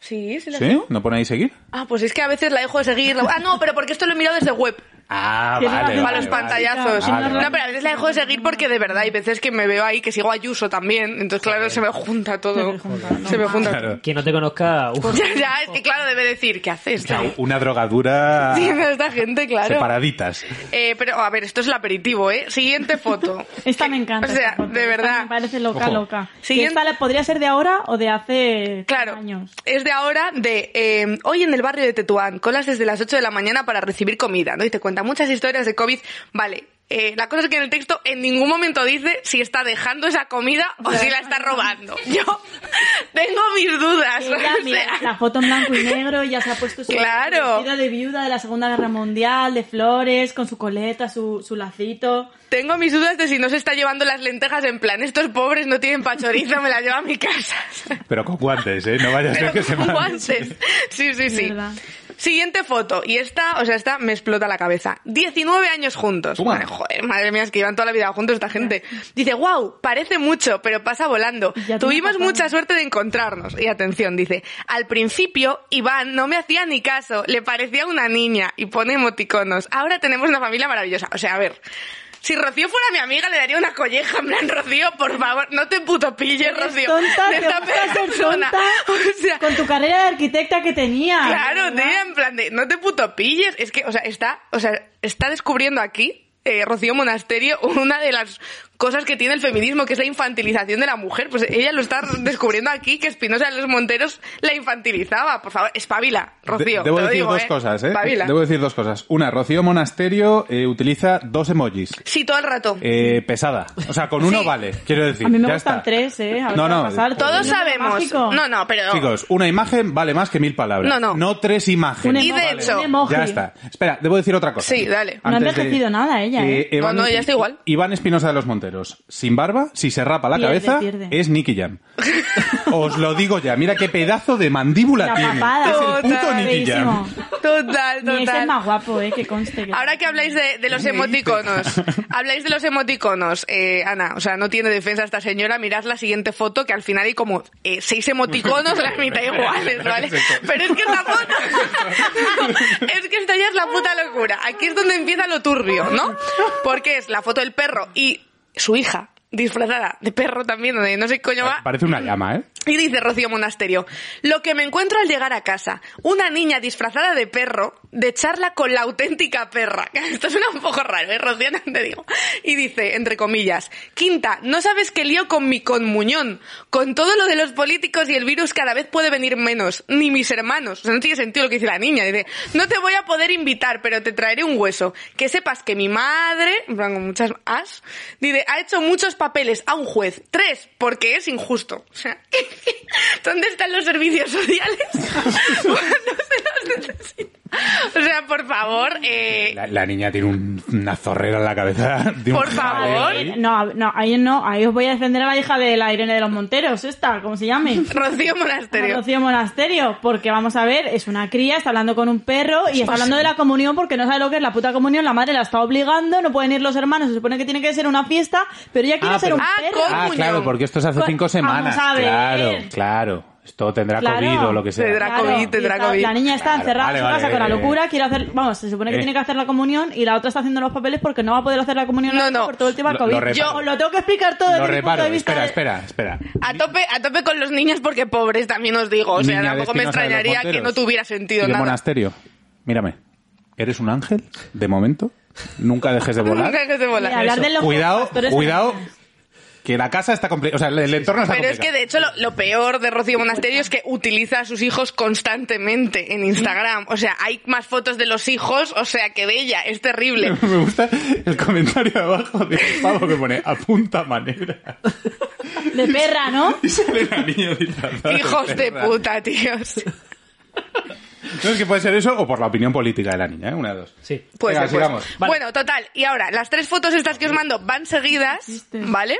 Speaker 4: Sí, sí, la
Speaker 2: ¿Sí? ¿No pone ahí seguir?
Speaker 4: Ah, pues es que a veces la dejo de seguir. Ah, no, pero porque esto lo he mirado desde web.
Speaker 2: Ah,
Speaker 3: Tiene
Speaker 2: vale.
Speaker 3: razón.
Speaker 4: Para los
Speaker 2: vale, vale.
Speaker 4: pantallazos.
Speaker 2: Vale, vale.
Speaker 4: No, pero a veces la dejo de seguir porque de verdad hay veces que me veo ahí que sigo a Yuso también. Entonces, claro, se me junta todo. Se me junta todo.
Speaker 2: Claro.
Speaker 1: Quien no te conozca, uf,
Speaker 4: Ya, ya, es que claro, debe decir, ¿qué haces?
Speaker 2: Claro, una drogadura
Speaker 4: Tiene esta gente, claro.
Speaker 2: separaditas.
Speaker 4: Eh, pero, a ver, esto es el aperitivo, ¿eh? Siguiente foto.
Speaker 3: Esta me encanta.
Speaker 4: O sea,
Speaker 3: esta foto.
Speaker 4: de
Speaker 3: Esta
Speaker 4: verdad.
Speaker 3: Me parece loca,
Speaker 2: Ojo.
Speaker 3: loca. Que
Speaker 4: Siguiente.
Speaker 3: Esta la- podría ser de ahora o de hace
Speaker 4: Claro,
Speaker 3: años.
Speaker 4: es de ahora, de eh, hoy en el barrio de Tetuán, colas desde las 8 de la mañana para recibir comida, ¿no? Y te cuenta muchas historias de COVID. Vale, eh, la cosa es que en el texto en ningún momento dice si está dejando esa comida o si la está robando. Yo tengo mis dudas.
Speaker 3: Ella,
Speaker 4: Ah, o
Speaker 3: mira,
Speaker 4: sea,
Speaker 3: la foto en blanco y negro, ya se ha puesto su
Speaker 4: Claro.
Speaker 3: vestido de viuda de la Segunda Guerra Mundial, de flores, con su coleta, su, su lacito.
Speaker 4: Tengo mis dudas de si no se está llevando las lentejas en plan, estos pobres no tienen pachoriza, me las llevo a mi casa.
Speaker 2: Pero con guantes, ¿eh? No vaya a ser
Speaker 4: Pero
Speaker 2: que se
Speaker 4: con
Speaker 2: manche.
Speaker 4: guantes. Sí, sí,
Speaker 3: de
Speaker 4: sí.
Speaker 3: verdad.
Speaker 4: Siguiente foto. Y esta, o sea, esta me explota la cabeza. 19 años juntos.
Speaker 2: Toma.
Speaker 4: Madre, joder, madre mía, es que llevan toda la vida juntos esta gente. Dice, wow, parece mucho, pero pasa volando.
Speaker 3: Ya tiene
Speaker 4: Tuvimos
Speaker 3: razón.
Speaker 4: mucha suerte de encontrarnos. Y atención, dice, al principio Iván no me hacía ni caso, le parecía una niña y pone emoticonos. Ahora tenemos una familia maravillosa. O sea, a ver. Si Rocío fuera mi amiga, le daría una colleja. En plan, Rocío, por favor, no te puto pilles,
Speaker 3: Eres
Speaker 4: Rocío.
Speaker 3: tonta,
Speaker 4: de
Speaker 3: te
Speaker 4: esta
Speaker 3: vas a ser
Speaker 4: persona.
Speaker 3: tonta
Speaker 4: O sea,
Speaker 3: con tu carrera de arquitecta que tenía.
Speaker 4: Claro,
Speaker 3: de verdad.
Speaker 4: tía, en plan de, no te puto pilles. Es que, o sea, está, o sea, está descubriendo aquí, eh, Rocío Monasterio, una de las cosas que tiene el feminismo, que es la infantilización de la mujer. Pues ella lo está descubriendo aquí, que Espinosa de los Monteros la infantilizaba. Por favor, espabila, Rocío.
Speaker 2: De- debo
Speaker 4: te lo
Speaker 2: decir
Speaker 4: digo,
Speaker 2: dos cosas, ¿eh?
Speaker 4: Espabila.
Speaker 2: Debo decir dos cosas. Una, Rocío Monasterio eh, utiliza dos emojis.
Speaker 4: Sí, todo el rato.
Speaker 2: Eh, pesada. O sea, con uno
Speaker 4: Sí.
Speaker 2: vale, quiero decir.
Speaker 3: A mí me
Speaker 2: ya
Speaker 3: gustan
Speaker 2: está.
Speaker 3: tres, ¿eh? A ver
Speaker 2: No,
Speaker 3: qué va a
Speaker 2: no,
Speaker 3: pasar.
Speaker 4: Todos
Speaker 3: Todo
Speaker 4: sabemos.
Speaker 3: mágico.
Speaker 4: No, no, pero.
Speaker 2: Chicos, una imagen vale más que mil palabras.
Speaker 4: No, no.
Speaker 2: No tres
Speaker 3: Un
Speaker 2: imágenes.
Speaker 4: Y de
Speaker 3: emoji,
Speaker 4: hecho-
Speaker 3: un emoji.
Speaker 2: Ya está. Espera, debo decir otra cosa.
Speaker 4: Sí, dale.
Speaker 3: No ha envejecido nada ella, ¿eh?
Speaker 4: No, no, ya está igual.
Speaker 2: Iván Espinosa de los Monteros. Sin barba, si se rapa la
Speaker 3: Pierde,
Speaker 2: cabeza,
Speaker 3: pierde.
Speaker 2: es Nicky Jam. Os lo digo ya. Mira qué pedazo de mandíbula
Speaker 3: La
Speaker 2: tiene.
Speaker 3: papada.
Speaker 2: Es el puto Nicky Jam.
Speaker 3: Feísimo.
Speaker 4: Total,
Speaker 3: Y ese es
Speaker 4: total.
Speaker 3: más guapo, ¿eh? Que conste. Que
Speaker 4: Ahora que habláis de, de los
Speaker 2: ¿Qué me
Speaker 4: emoticonos,
Speaker 2: dices?
Speaker 4: habláis de los emoticonos, eh, Ana, o sea, no tiene defensa esta señora, mirad la siguiente foto que al final hay como eh, seis emoticonos, la mitad iguales, ¿vale? Pero es que esta foto, es que esta ya es la puta locura. Aquí es donde empieza lo turbio, ¿no? Porque es la foto del perro y su hija disfrazada de perro también, donde no sé qué coño va,
Speaker 2: Parece una llama, ¿eh?
Speaker 4: y dice Rocío Monasterio, lo que me encuentro al llegar a casa, una niña disfrazada de perro, de charla con la auténtica perra. Esto suena un poco raro, ¿eh, Rocío? No te digo. Y dice, entre comillas, Quinta, no sabes qué lío con mi conmuñón. Con todo lo de los políticos y el virus cada vez puede venir menos, ni mis hermanos. O sea, no tiene sentido lo que dice la niña. Dice, no te voy a poder invitar, pero te traeré un hueso. Que sepas que mi madre, en plan, con muchas as, dice, ha hecho muchos papeles a un juez. Tres, porque es injusto. O sea, ¿dónde están los servicios sociales? Cuando se los necesita. O sea, por favor, eh,
Speaker 2: La, la niña tiene un- una zorrera en la cabeza. de un
Speaker 4: Por
Speaker 2: jaleo
Speaker 4: favor.
Speaker 2: ahí.
Speaker 3: No, no, ahí no. Ahí os voy a defender a la hija de la Irene de los Monteros, esta, ¿cómo se llame?
Speaker 4: Rocío
Speaker 3: A
Speaker 4: Monasterio.
Speaker 3: Rocío Monasterio, porque vamos a ver, es una cría, está hablando con un perro y está hablando de la comunión porque no sabe lo que es la puta comunión, la madre la está obligando, no pueden ir los hermanos, se supone que tiene que ser una fiesta, pero ella quiere
Speaker 2: Ah,
Speaker 3: ser
Speaker 2: pero-
Speaker 3: un
Speaker 4: Ah,
Speaker 3: perro.
Speaker 4: coño.
Speaker 2: Ah, claro, porque esto es hace
Speaker 3: Con-
Speaker 2: cinco semanas.
Speaker 3: Pues, Vamos a ver.
Speaker 2: Claro, claro. Esto tendrá
Speaker 3: Claro.
Speaker 2: COVID o lo que sea.
Speaker 4: Tendrá
Speaker 3: Claro,
Speaker 4: COVID,
Speaker 3: y
Speaker 4: tendrá
Speaker 3: está-
Speaker 4: COVID.
Speaker 3: La niña está
Speaker 2: Claro,
Speaker 3: encerrada
Speaker 2: vale,
Speaker 3: en su casa
Speaker 2: vale.
Speaker 3: con la locura, quiere hacer, vamos, se supone que
Speaker 2: Eh.
Speaker 3: tiene que hacer la comunión y la otra está haciendo los papeles porque no va a poder hacer la comunión
Speaker 4: No, no.
Speaker 3: por todo el tema
Speaker 2: Lo-
Speaker 3: COVID.
Speaker 2: lo reparo.
Speaker 3: Yo os lo tengo que explicar todo
Speaker 2: Lo
Speaker 3: desde mi punto
Speaker 2: reparo.
Speaker 3: de vista
Speaker 2: Espera,
Speaker 3: de-
Speaker 2: espera, espera.
Speaker 4: A tope, a tope con los niños porque pobres también os digo. O sea,
Speaker 2: Niña de
Speaker 4: tampoco me
Speaker 2: Espinosa de los
Speaker 4: extrañaría que
Speaker 2: Monteros.
Speaker 4: no tuviera
Speaker 2: y
Speaker 4: sentido
Speaker 2: de
Speaker 4: nada.
Speaker 2: monasterio. Mírame. ¿Eres un ángel? De momento. Nunca dejes de volar.
Speaker 4: Nunca que se
Speaker 3: de
Speaker 4: vola.
Speaker 3: hablar de los
Speaker 2: cuidado,
Speaker 3: pastores
Speaker 2: cuidado.
Speaker 3: alemanes.
Speaker 2: Que la casa está completa. O sea, el, el entorno está
Speaker 4: Pero es que
Speaker 2: complicado.
Speaker 4: de hecho lo, lo peor de Rocío Monasterio es que utiliza a sus hijos constantemente en Instagram. O sea, hay más fotos de los hijos, o sea, que de ella, es terrible.
Speaker 2: Me gusta el comentario de abajo de este pavo que pone apunta manera.
Speaker 3: De perra, ¿no?
Speaker 2: Y sale la niña disfrazada
Speaker 4: Hijos de
Speaker 2: perra.
Speaker 4: puta, tíos.
Speaker 2: No, es que puede ser eso o por la opinión política de la niña, ¿eh? Una de dos.
Speaker 1: sí.
Speaker 4: Pues,
Speaker 2: Venga,
Speaker 4: pues.
Speaker 2: sigamos.
Speaker 1: Vale.
Speaker 4: Bueno, total. Y ahora, las tres fotos estas que os mando van seguidas,
Speaker 3: existe.
Speaker 4: ¿vale?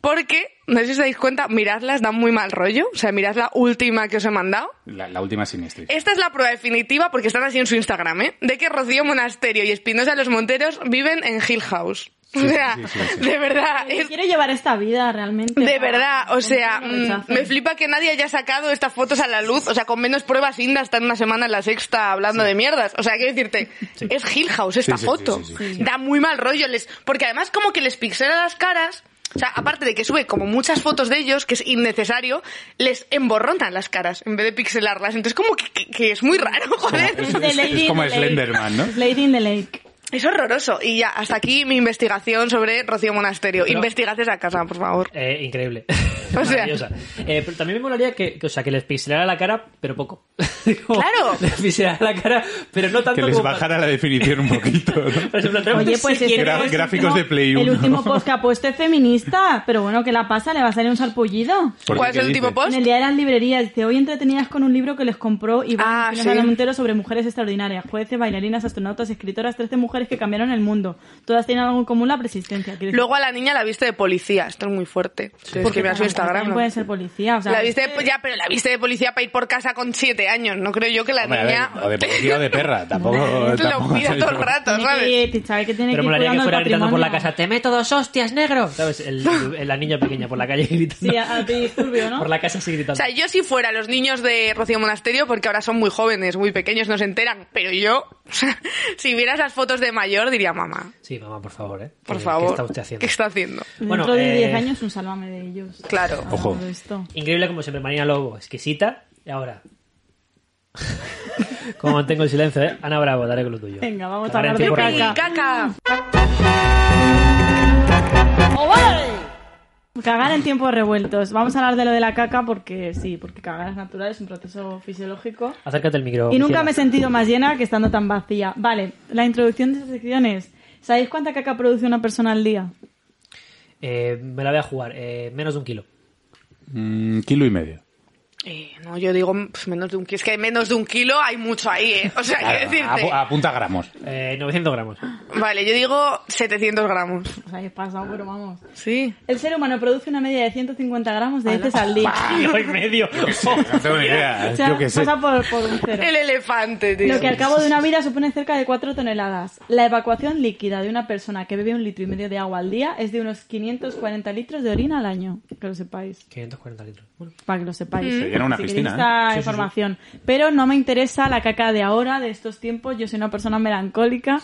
Speaker 4: Porque, no sé si os dais cuenta, miradlas, da muy mal rollo. O sea, mirad la última que os he mandado.
Speaker 2: La, la última siniestra.
Speaker 4: Esta es la prueba definitiva, porque están así en su Instagram, ¿eh? De que Rocío Monasterio y Espinosa Los Monteros viven en Hill House.
Speaker 2: Sí,
Speaker 4: o sea,
Speaker 2: sí, sí, sí, sí.
Speaker 4: de verdad.
Speaker 3: Yo
Speaker 4: es-
Speaker 3: Quiero llevar esta vida realmente.
Speaker 4: de
Speaker 3: Ah,
Speaker 4: verdad, o
Speaker 3: gente
Speaker 4: sea,
Speaker 3: que lo
Speaker 4: mm,
Speaker 3: rechace.
Speaker 4: me flipa que nadie haya sacado estas fotos a la luz, o sea, con menos pruebas Inda está en una semana en la sexta hablando de mierdas, o sea, quiero decirte, es Hill House esta
Speaker 2: Sí, sí, sí,
Speaker 4: foto,
Speaker 2: sí, sí,
Speaker 4: da muy mal rollo, les, porque además como que les pixela las caras, o sea, aparte de que sube como muchas fotos de ellos, que es innecesario, les emborronan las caras en vez de pixelarlas, entonces como que, que- que es muy raro, joder.
Speaker 2: Es-
Speaker 3: Es de
Speaker 2: es-
Speaker 3: Lady
Speaker 2: es
Speaker 3: in
Speaker 2: como
Speaker 3: the Lake.
Speaker 2: Slenderman, ¿no?
Speaker 3: Lady in the Lake.
Speaker 4: Es horroroso, y ya, hasta aquí mi investigación sobre Rocío Monasterio,
Speaker 1: Pero-
Speaker 4: investigad esa casa, por favor.
Speaker 1: Eh, increíble.
Speaker 4: O sea.
Speaker 1: Maravillosa. Eh, pero también me molaría que, que, o sea, que les pixelara la cara, pero poco. Como,
Speaker 4: Claro.
Speaker 1: Les pixelara la cara, pero no tanto
Speaker 2: Que les
Speaker 1: como para-
Speaker 2: bajara la definición un poquito. ¿no?
Speaker 1: Por ejemplo, realmente
Speaker 3: Oye, pues
Speaker 1: sí
Speaker 3: este
Speaker 1: quiero-
Speaker 2: Gra-
Speaker 3: es el
Speaker 2: gráficos
Speaker 3: último-
Speaker 2: de Play
Speaker 3: El
Speaker 2: uno.
Speaker 3: último post que ha puesto es feminista, pero bueno, ¿qué la pasa? Le va a salir un sarpullido.
Speaker 2: Porque,
Speaker 4: ¿Cuál es
Speaker 2: ¿qué
Speaker 4: el último
Speaker 2: dices?
Speaker 4: post?
Speaker 3: En el día de las librerías, dice, hoy entretenidas con un libro que les compró Iván
Speaker 4: Ah,
Speaker 3: Espinosa
Speaker 4: sí.
Speaker 3: de Montero sobre mujeres extraordinarias, jueces, bailarinas, astronautas, escritoras, 13 mujeres que cambiaron el mundo. Todas tienen algo en común, la persistencia. Quiero decir,
Speaker 4: Luego a la niña la viste de policía. Esto es muy fuerte. Tienes que
Speaker 3: porque
Speaker 4: mirar su
Speaker 3: también este-
Speaker 4: Instagram. ¿no?
Speaker 3: pueden ser policía, o sea,
Speaker 4: la viste de- ya, pero la viste de policía para ir por casa con siete años. No creo yo que la
Speaker 2: Hombre, a ver,
Speaker 4: niña
Speaker 2: o de policía o de perra, tampoco...
Speaker 4: lo
Speaker 2: tampoco-
Speaker 4: pida todo el rato,
Speaker 3: tiene que,
Speaker 4: ¿sabes?
Speaker 3: ir, sabe que tiene
Speaker 1: Pero molaría
Speaker 3: que ir
Speaker 1: que
Speaker 3: cuidando el
Speaker 1: fuera gritando por la
Speaker 3: patrimonio.
Speaker 1: casa, te meto dos hostias, negro. ¿Sabes? El- el- la niña pequeña por la calle gritando.
Speaker 3: Sí, a- a ti disturbio, ¿no?
Speaker 1: Por la casa sí gritando.
Speaker 4: O sea, yo si fuera los niños de Rocío Monasterio, porque ahora son muy jóvenes, muy pequeños, no se enteran, pero yo, si viera esas fotos de mayor, diría mamá,
Speaker 1: Sí, mamá, por favor, ¿eh?
Speaker 4: por
Speaker 1: ¿Qué-
Speaker 4: favor,
Speaker 1: ¿Qué está usted haciendo?
Speaker 4: ¿qué está haciendo?
Speaker 1: Bueno,
Speaker 3: Dentro de
Speaker 1: eh,
Speaker 3: 10 años un salvame de ellos.
Speaker 4: Claro.
Speaker 3: Hablando
Speaker 2: Ojo.
Speaker 3: de esto.
Speaker 1: Increíble como siempre, Marina Lobo, exquisita. Y ahora. como mantengo el silencio, ¿eh? Ana Bravo, daré con lo tuyo.
Speaker 3: Venga, vamos a
Speaker 1: Ahora
Speaker 3: hablar de
Speaker 1: en ti por
Speaker 4: ¡Yupi,
Speaker 1: ahí.
Speaker 3: caca.
Speaker 4: caca!
Speaker 3: Cagar en tiempos revueltos. Vamos a hablar de lo de la caca porque sí, porque cagar es natural, es un proceso fisiológico.
Speaker 1: Acércate al micro.
Speaker 3: Y nunca
Speaker 1: Miquela.
Speaker 3: me he sentido más llena que estando tan vacía. Vale, la introducción de esta sección es... ¿Sabéis cuánta caca produce una persona al día?
Speaker 1: Eh, me la voy a jugar. eh, menos de un kilo.
Speaker 2: Mm, kilo y medio.
Speaker 4: Eh, no, yo digo pues, menos de un kilo. Es que menos de un kilo hay mucho ahí, ¿eh? O sea, hay que decirte.
Speaker 2: A- Apunta gramos.
Speaker 1: Eh, 900 gramos.
Speaker 4: Vale, yo digo 700 gramos.
Speaker 3: Os habéis pasado, pero vamos.
Speaker 4: Sí.
Speaker 3: El ser humano produce una media de 150 gramos de heces al día.
Speaker 1: Kilo y medio. Oh.
Speaker 2: No tengo ni idea.
Speaker 3: O sea,
Speaker 2: yo qué sé.
Speaker 3: pasa por, por un cero.
Speaker 4: El elefante, tío.
Speaker 3: Lo que al cabo de una vida supone cerca de 4 toneladas. La evacuación líquida de una persona que bebe un litro y medio de agua al día es de unos 540 litros de orina al año. Que lo sepáis.
Speaker 1: 540 litros. Bueno,
Speaker 3: Para que lo sepáis.
Speaker 2: Se llena una
Speaker 3: Si
Speaker 2: piscina,
Speaker 3: queréis
Speaker 2: ¿eh?
Speaker 3: Esta información. Pero no me interesa la caca de ahora, de estos tiempos. Yo soy una persona melancólica.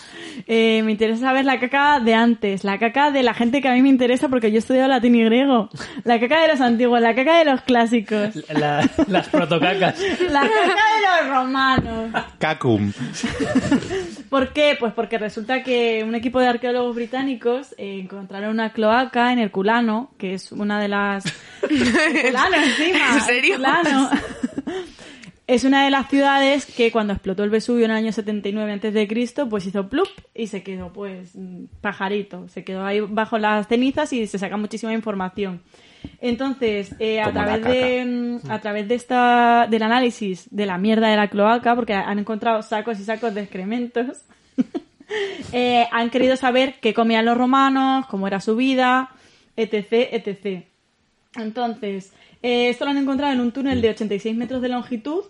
Speaker 3: Eh, me interesa saber la caca de antes. La caca de la gente que a mí me interesa porque yo he estudiado latín y griego. La caca de los antiguos. La caca de los clásicos.
Speaker 1: la- las protocacas.
Speaker 3: La caca de los romanos.
Speaker 2: Cacum.
Speaker 3: ¿Por qué? Pues porque resulta que un equipo de arqueólogos británicos eh, encontraron una cloaca en Herculano, que es una de las... Herculano encima.
Speaker 4: ¿En serio?
Speaker 3: Herculano. Es una de las ciudades que cuando explotó el Vesubio en el año 79 antes de Cristo, pues hizo plup y se quedó pues mm, pajarito, se quedó ahí bajo las cenizas y se saca muchísima información. Entonces, eh, a
Speaker 2: Como la
Speaker 3: través de mm, a través de esta del análisis de la mierda de la cloaca, porque han encontrado sacos y sacos de excrementos, eh, han querido saber qué comían los romanos, cómo era su vida, etc, etc. Entonces, eh, esto lo han encontrado en un túnel de 86 metros de longitud,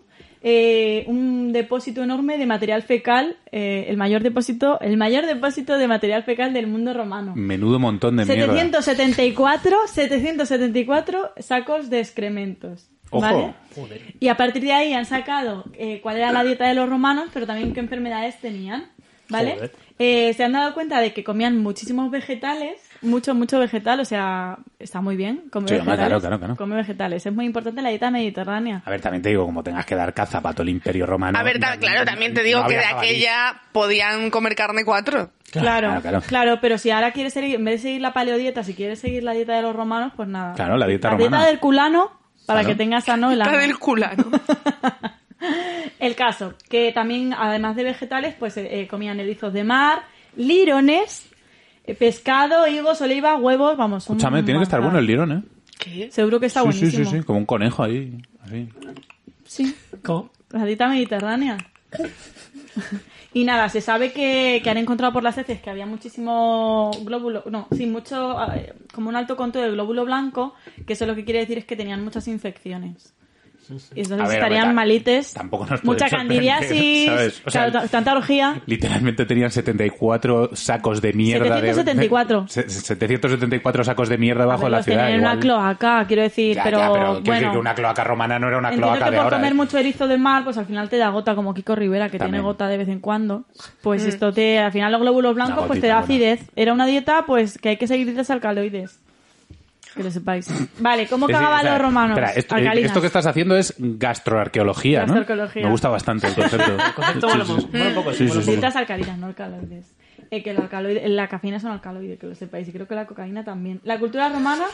Speaker 3: eh, un depósito enorme de material fecal, eh, el mayor depósito, el mayor depósito de material fecal del mundo romano.
Speaker 2: Menudo montón Mm, de mierda.
Speaker 3: 774, 774 sacos de excrementos.
Speaker 2: Ojo.
Speaker 3: ¿vale?
Speaker 1: Joder.
Speaker 3: Y a partir de ahí han sacado eh, cuál era la dieta de los romanos, pero también qué enfermedades tenían, ¿vale?
Speaker 1: Joder.
Speaker 3: Eh, se han dado cuenta de que comían muchísimos vegetales, mucho, mucho vegetal, o sea, está muy bien comer
Speaker 2: Sí, hombre,
Speaker 3: vegetales.
Speaker 2: claro, claro, claro.
Speaker 3: Come vegetales, es muy importante la dieta mediterránea.
Speaker 2: A ver, también te digo, como tengas que dar caza para todo el imperio romano.
Speaker 4: A ver, ta-
Speaker 2: no-
Speaker 4: claro,
Speaker 2: no-
Speaker 4: también
Speaker 2: no
Speaker 4: te digo que
Speaker 2: había
Speaker 4: de
Speaker 2: jabalí.
Speaker 4: aquella podían comer carne cuatro.
Speaker 3: Claro,
Speaker 2: claro,
Speaker 3: claro,
Speaker 2: claro.
Speaker 3: pero si ahora quieres seguir, en vez de seguir la paleodieta, si quieres seguir la dieta de los romanos, pues nada.
Speaker 2: Claro, la dieta
Speaker 3: la
Speaker 2: romana.
Speaker 3: dieta del culano, para
Speaker 2: Claro.
Speaker 3: que tengas sano el
Speaker 4: Está
Speaker 3: ano.
Speaker 4: del culano.
Speaker 3: El caso, que también, además de vegetales, pues eh, eh, comían erizos de mar, lirones, eh, pescado, higos, olivas, huevos, vamos. un
Speaker 2: Escúchame, tiene que estar bueno el
Speaker 3: manjar.
Speaker 2: lirón, ¿eh?
Speaker 4: ¿Qué?
Speaker 3: Seguro que está
Speaker 2: sí, sí,
Speaker 3: buenísimo.
Speaker 2: sí, sí, como un conejo ahí. así.
Speaker 3: Sí,
Speaker 1: ¿Cómo?
Speaker 3: la dieta mediterránea. Y nada, se sabe que, que han encontrado por las heces que había muchísimo glóbulo, no, sí, mucho, eh, como un alto conteo de glóbulo blanco, que eso lo que quiere decir es que tenían muchas infecciones. Y entonces
Speaker 2: A ver,
Speaker 3: estarían
Speaker 2: hombre,
Speaker 3: malites,
Speaker 2: tampoco nos puede
Speaker 3: mucha
Speaker 2: sorprender,
Speaker 3: candidiasis,
Speaker 2: ¿sabes? O sea,
Speaker 3: claro, ta- tanta orgía.
Speaker 2: Literalmente tenían 74 sacos de mierda. de-
Speaker 3: 774.
Speaker 2: Se- 774 sacos de mierda bajo
Speaker 3: A ver,
Speaker 2: la
Speaker 3: los
Speaker 2: ciudad.
Speaker 3: tenían en
Speaker 2: igual.
Speaker 3: una cloaca, quiero decir,
Speaker 2: Ya,
Speaker 3: pero,
Speaker 2: ya, pero quiero decir
Speaker 3: bueno,
Speaker 2: que una cloaca romana no era una
Speaker 3: entiendo
Speaker 2: cloaca
Speaker 3: que
Speaker 2: de
Speaker 3: por
Speaker 2: ahora.
Speaker 3: comer
Speaker 2: ¿eh?
Speaker 3: mucho erizo de mar, pues al final te da gota, como Kiko Rivera, que
Speaker 2: También.
Speaker 3: tiene gota de vez en cuando. Pues esto te, al final los glóbulos blancos,
Speaker 2: Una
Speaker 3: pues te
Speaker 2: gotita
Speaker 3: da
Speaker 2: buena.
Speaker 3: acidez. Era una dieta, pues, que hay que seguir dietas alcaloides. Que lo sepáis. Vale, ¿cómo
Speaker 2: Sí, sí,
Speaker 3: cagaban
Speaker 2: espera,
Speaker 3: los romanos?
Speaker 2: espera, esto, eh,
Speaker 3: Alcalinas.
Speaker 2: esto que estás haciendo es gastroarqueología, ¿no?
Speaker 3: Gastroarqueología.
Speaker 2: Me gusta bastante el concepto.
Speaker 1: Concepto
Speaker 2: Sí,
Speaker 1: mola
Speaker 2: sí,
Speaker 1: mo- mola un poco, sí, mola
Speaker 2: Sí, sí,
Speaker 1: un
Speaker 2: sí.
Speaker 1: poco.
Speaker 3: Pues Dietas alcalinas, no alcaloides. Eh, que el alcaloide- la cafeína es un alcaloide, que lo sepáis. Y creo que la cocaína también. La cultura romana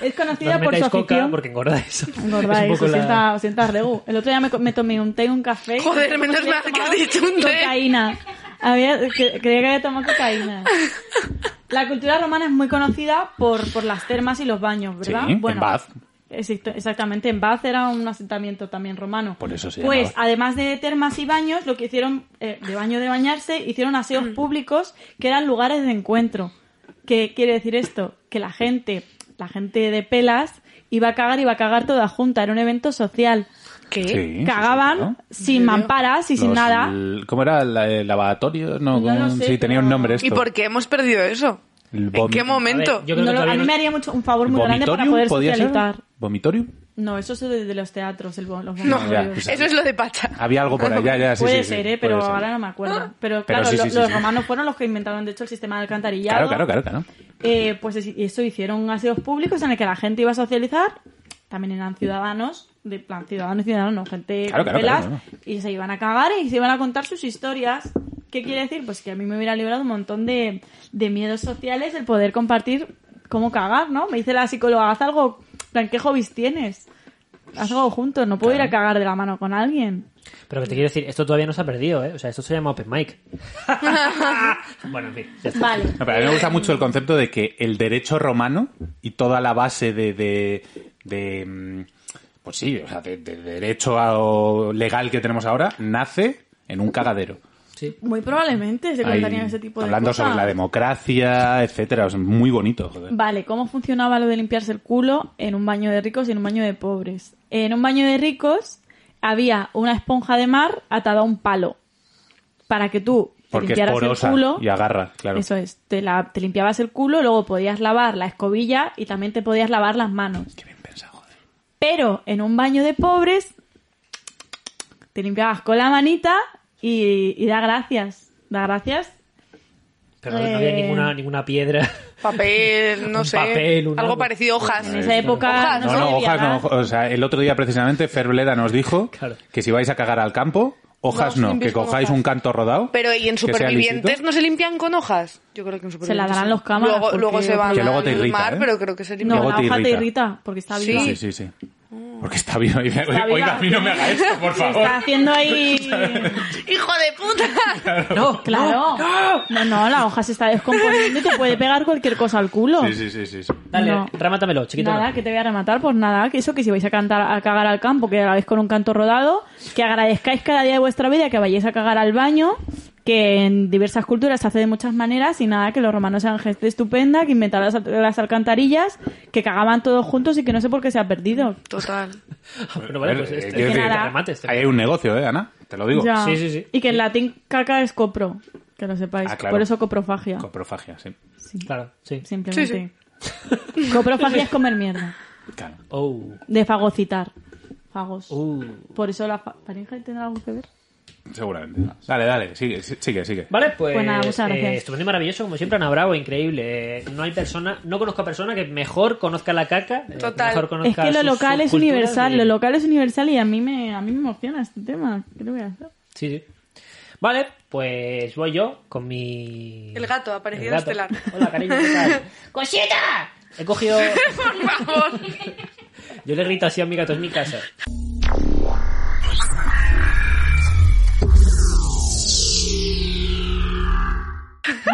Speaker 3: es
Speaker 1: No
Speaker 3: conocida
Speaker 1: os
Speaker 3: por su
Speaker 1: metáis coca
Speaker 3: afición.
Speaker 1: porque engordáis. Es
Speaker 3: Engordáis,
Speaker 1: un poco
Speaker 3: os
Speaker 1: la-
Speaker 3: pues, sienta, os sienta regu. El otro día me, co- me tomé un té y un café.
Speaker 4: Joder,
Speaker 3: Creo
Speaker 4: menos
Speaker 3: había
Speaker 4: mal que has
Speaker 3: tomado
Speaker 4: dicho un té.
Speaker 3: Cocaína. Había, cre- creía que había tomado cocaína. La cultura romana es muy conocida por, por las termas y los baños, ¿verdad?
Speaker 2: Sí, en Bath.
Speaker 3: exacto- Exactamente, en Bath era un asentamiento también romano.
Speaker 2: Por eso se
Speaker 3: Pues,
Speaker 2: llamaba.
Speaker 3: además de termas y baños, lo que hicieron, eh, de baño de bañarse, hicieron aseos
Speaker 1: Mm.
Speaker 3: públicos que eran lugares de encuentro. ¿Qué quiere decir esto? Que la gente, la gente de pelas, iba a cagar, iba a cagar toda junta, era un evento social.
Speaker 4: ¿Qué?
Speaker 2: Sí, sí, sí,
Speaker 3: Cagaban
Speaker 2: claro.
Speaker 3: sin mamparas y sin
Speaker 2: Los-
Speaker 3: nada.
Speaker 2: el- ¿Cómo era? ¿La- el lavatorio? No,
Speaker 3: No lo
Speaker 2: ¿cómo-
Speaker 3: sé,
Speaker 2: sí, tenía
Speaker 3: pero-
Speaker 2: un nombre esto.
Speaker 4: ¿Y por qué hemos perdido eso?
Speaker 2: El
Speaker 4: ¿En
Speaker 2: vom-
Speaker 4: qué momento?
Speaker 1: A ver, yo creo que
Speaker 3: No lo- a
Speaker 1: todavía
Speaker 3: mí
Speaker 1: no-
Speaker 3: me haría mucho, un favor muy grande para
Speaker 2: ¿Vomitorium
Speaker 3: poder
Speaker 2: podía ser?
Speaker 3: socializar.
Speaker 2: ¿Vomitorium?
Speaker 3: No, eso es de, de los teatros, el, bo- los
Speaker 4: No,
Speaker 3: vomitorios.
Speaker 2: ya, pues,
Speaker 4: eso es lo de Pacha.
Speaker 2: Había algo por allá, ya, sí,
Speaker 3: puede
Speaker 2: sí, sí,
Speaker 3: ser,
Speaker 2: puede
Speaker 3: ¿eh? pero
Speaker 2: ser. Ah.
Speaker 3: ahora no me acuerdo.
Speaker 2: Pero
Speaker 3: Pero claro,
Speaker 2: sí, sí,
Speaker 3: lo-
Speaker 2: sí,
Speaker 3: los
Speaker 2: sí.
Speaker 3: romanos fueron los que inventaron, de hecho, el sistema de alcantarillado.
Speaker 2: Claro, claro, claro, claro.
Speaker 3: Eh, pues es- eso hicieron aseos públicos en el que la gente iba a socializar, también eran ciudadanos, de plan ciudadanos y ciudadanos, no, gente
Speaker 2: Claro,
Speaker 3: con
Speaker 2: claro,
Speaker 3: velas,
Speaker 2: claro,
Speaker 3: y se iban a cagar y se iban a contar sus historias. ¿Qué quiere decir? Pues que a mí me hubiera librado un montón de, de miedos sociales el poder compartir cómo cagar, ¿no? Me dice la psicóloga, haz algo, en plan, ¿qué hobbies tienes? Haz algo juntos, no puedo ir a cagar de la mano con alguien.
Speaker 1: Pero que te quiero decir, esto todavía no se ha perdido, ¿eh? O sea, esto se llama Open Mic. bueno, en fin. ya está.
Speaker 3: Vale.
Speaker 2: No, pero a mí me gusta mucho el concepto de que el derecho romano y toda la base de. de, de, mm, pues sí, o sea, de, de derecho a- o legal que tenemos ahora, nace en un cagadero.
Speaker 1: Sí.
Speaker 3: Muy probablemente se
Speaker 2: Ahí,
Speaker 3: contarían ese tipo de
Speaker 2: hablando
Speaker 3: cosas.
Speaker 2: sobre la democracia, etcétera. Es muy bonito, joder.
Speaker 3: Vale, ¿cómo funcionaba lo de limpiarse el culo en un baño de ricos y en un baño de pobres? En un baño de ricos había una esponja de mar atada a un palo para que tú te
Speaker 2: Porque es
Speaker 3: limpiaras
Speaker 2: porosa
Speaker 3: el culo.
Speaker 2: y agarra, claro.
Speaker 3: Eso es, te, la- te limpiabas el culo, luego podías lavar la escobilla y también te podías lavar las manos.
Speaker 2: Qué bien pensado, joder.
Speaker 3: Pero en un baño de pobres te limpiabas con la manita y, y da gracias. Da gracias.
Speaker 1: Pero no- no había
Speaker 3: Eh.
Speaker 1: ninguna, ninguna piedra.
Speaker 4: Papel, no
Speaker 1: Un
Speaker 4: sé.
Speaker 1: papel, un
Speaker 4: algo
Speaker 1: algo.
Speaker 4: parecido, hojas.
Speaker 3: En esa época
Speaker 4: Hojas,
Speaker 3: no
Speaker 2: No,
Speaker 3: se
Speaker 2: no,
Speaker 3: bebía
Speaker 2: hojas no.
Speaker 3: nada.
Speaker 2: hoja- O sea, el otro día precisamente Fer Bleda nos dijo
Speaker 1: Claro.
Speaker 2: que si vais a cagar al campo, hojas
Speaker 4: No,
Speaker 2: no,
Speaker 4: limpiéis
Speaker 2: que
Speaker 4: con
Speaker 2: cojáis
Speaker 4: hojas.
Speaker 2: un canto rodado.
Speaker 4: Pero ¿y en
Speaker 2: que sea
Speaker 4: Supervivientes
Speaker 2: lisito.
Speaker 4: no se limpian con hojas? Yo creo que en Supervivientes.
Speaker 3: Se la darán
Speaker 4: sí.
Speaker 3: los cámaras,
Speaker 4: Luego,
Speaker 3: porque-
Speaker 4: luego se van
Speaker 2: Que luego te
Speaker 4: al
Speaker 2: irrita,
Speaker 4: mar,
Speaker 2: ¿eh?
Speaker 4: pero creo que se
Speaker 3: No,
Speaker 4: limpian.
Speaker 2: Luego
Speaker 3: la
Speaker 2: te
Speaker 3: hoja te
Speaker 2: irrita.
Speaker 3: irrita porque está
Speaker 4: Sí.
Speaker 3: viva.
Speaker 2: Sí, sí, sí. Porque está vivo. Oiga,
Speaker 3: Está viva.
Speaker 2: a mí no me haga esto, por
Speaker 3: Lo
Speaker 2: favor.
Speaker 3: Está haciendo ahí.
Speaker 4: ¡Hijo de puta!
Speaker 1: ¡No!
Speaker 3: Claro. No, no, la hoja se está descomponiendo y te puede pegar cualquier cosa al culo.
Speaker 2: Sí, sí, sí, sí. sí.
Speaker 1: Dale,
Speaker 3: No.
Speaker 1: remátamelo, chiquito.
Speaker 3: Nada, que te voy a rematar, pues nada, que eso, que si vais a cantar a cagar al campo, que grabéis con un canto rodado, que agradezcáis cada día de vuestra vida que vayáis a cagar al baño, que en diversas culturas se hace de muchas maneras y nada, que los romanos eran gente estupenda, que inventaron las, las alcantarillas, que cagaban todos juntos y que no sé por qué se ha perdido.
Speaker 4: Total.
Speaker 1: Pero vale, pues
Speaker 2: Eh,
Speaker 1: este,
Speaker 2: quiero
Speaker 1: este
Speaker 3: decir-
Speaker 1: remate, este.
Speaker 2: Ahí hay un negocio, ¿eh, Ana? Te lo digo.
Speaker 3: Ya.
Speaker 1: Sí, sí, sí.
Speaker 3: Y que en latín caca es copro, que lo sepáis.
Speaker 2: Ah, claro.
Speaker 3: Por eso coprofagia.
Speaker 2: Coprofagia, sí.
Speaker 3: Sí.
Speaker 1: Claro, sí.
Speaker 3: Simplemente. Coprofagia es comer mierda.
Speaker 2: Claro.
Speaker 1: Oh.
Speaker 3: De fagocitar. Fagos.
Speaker 1: Uh.
Speaker 3: Por eso la fa- faringe tendrá algo que ver.
Speaker 2: Seguramente. Dale, dale, sigue, si- sigue, sigue.
Speaker 1: Vale, pues.
Speaker 3: Pues nada, muchas
Speaker 1: eh,
Speaker 3: gracias.
Speaker 1: estupendo y maravilloso, como siempre, Ana Bravo, increíble. Eh, No hay persona, no conozco a persona que mejor conozca la caca, eh,
Speaker 4: Total.
Speaker 1: mejor
Speaker 3: Es
Speaker 1: conozca
Speaker 3: que lo
Speaker 1: sus-
Speaker 3: local
Speaker 1: sus
Speaker 3: es
Speaker 1: culturas
Speaker 3: universal,
Speaker 1: y-
Speaker 3: lo local es universal y a mí me, a mí me emociona este tema. ¿Qué le voy a hacer?
Speaker 1: Sí, sí. Vale, pues voy yo con mi.
Speaker 4: El gato, ha aparecido
Speaker 1: El gato.
Speaker 4: estelar.
Speaker 1: Hola, cariño, ¿qué tal? ¡Cosita! He cogido.
Speaker 4: Por favor.
Speaker 1: Yo le grito así a mi gato, es mi casa.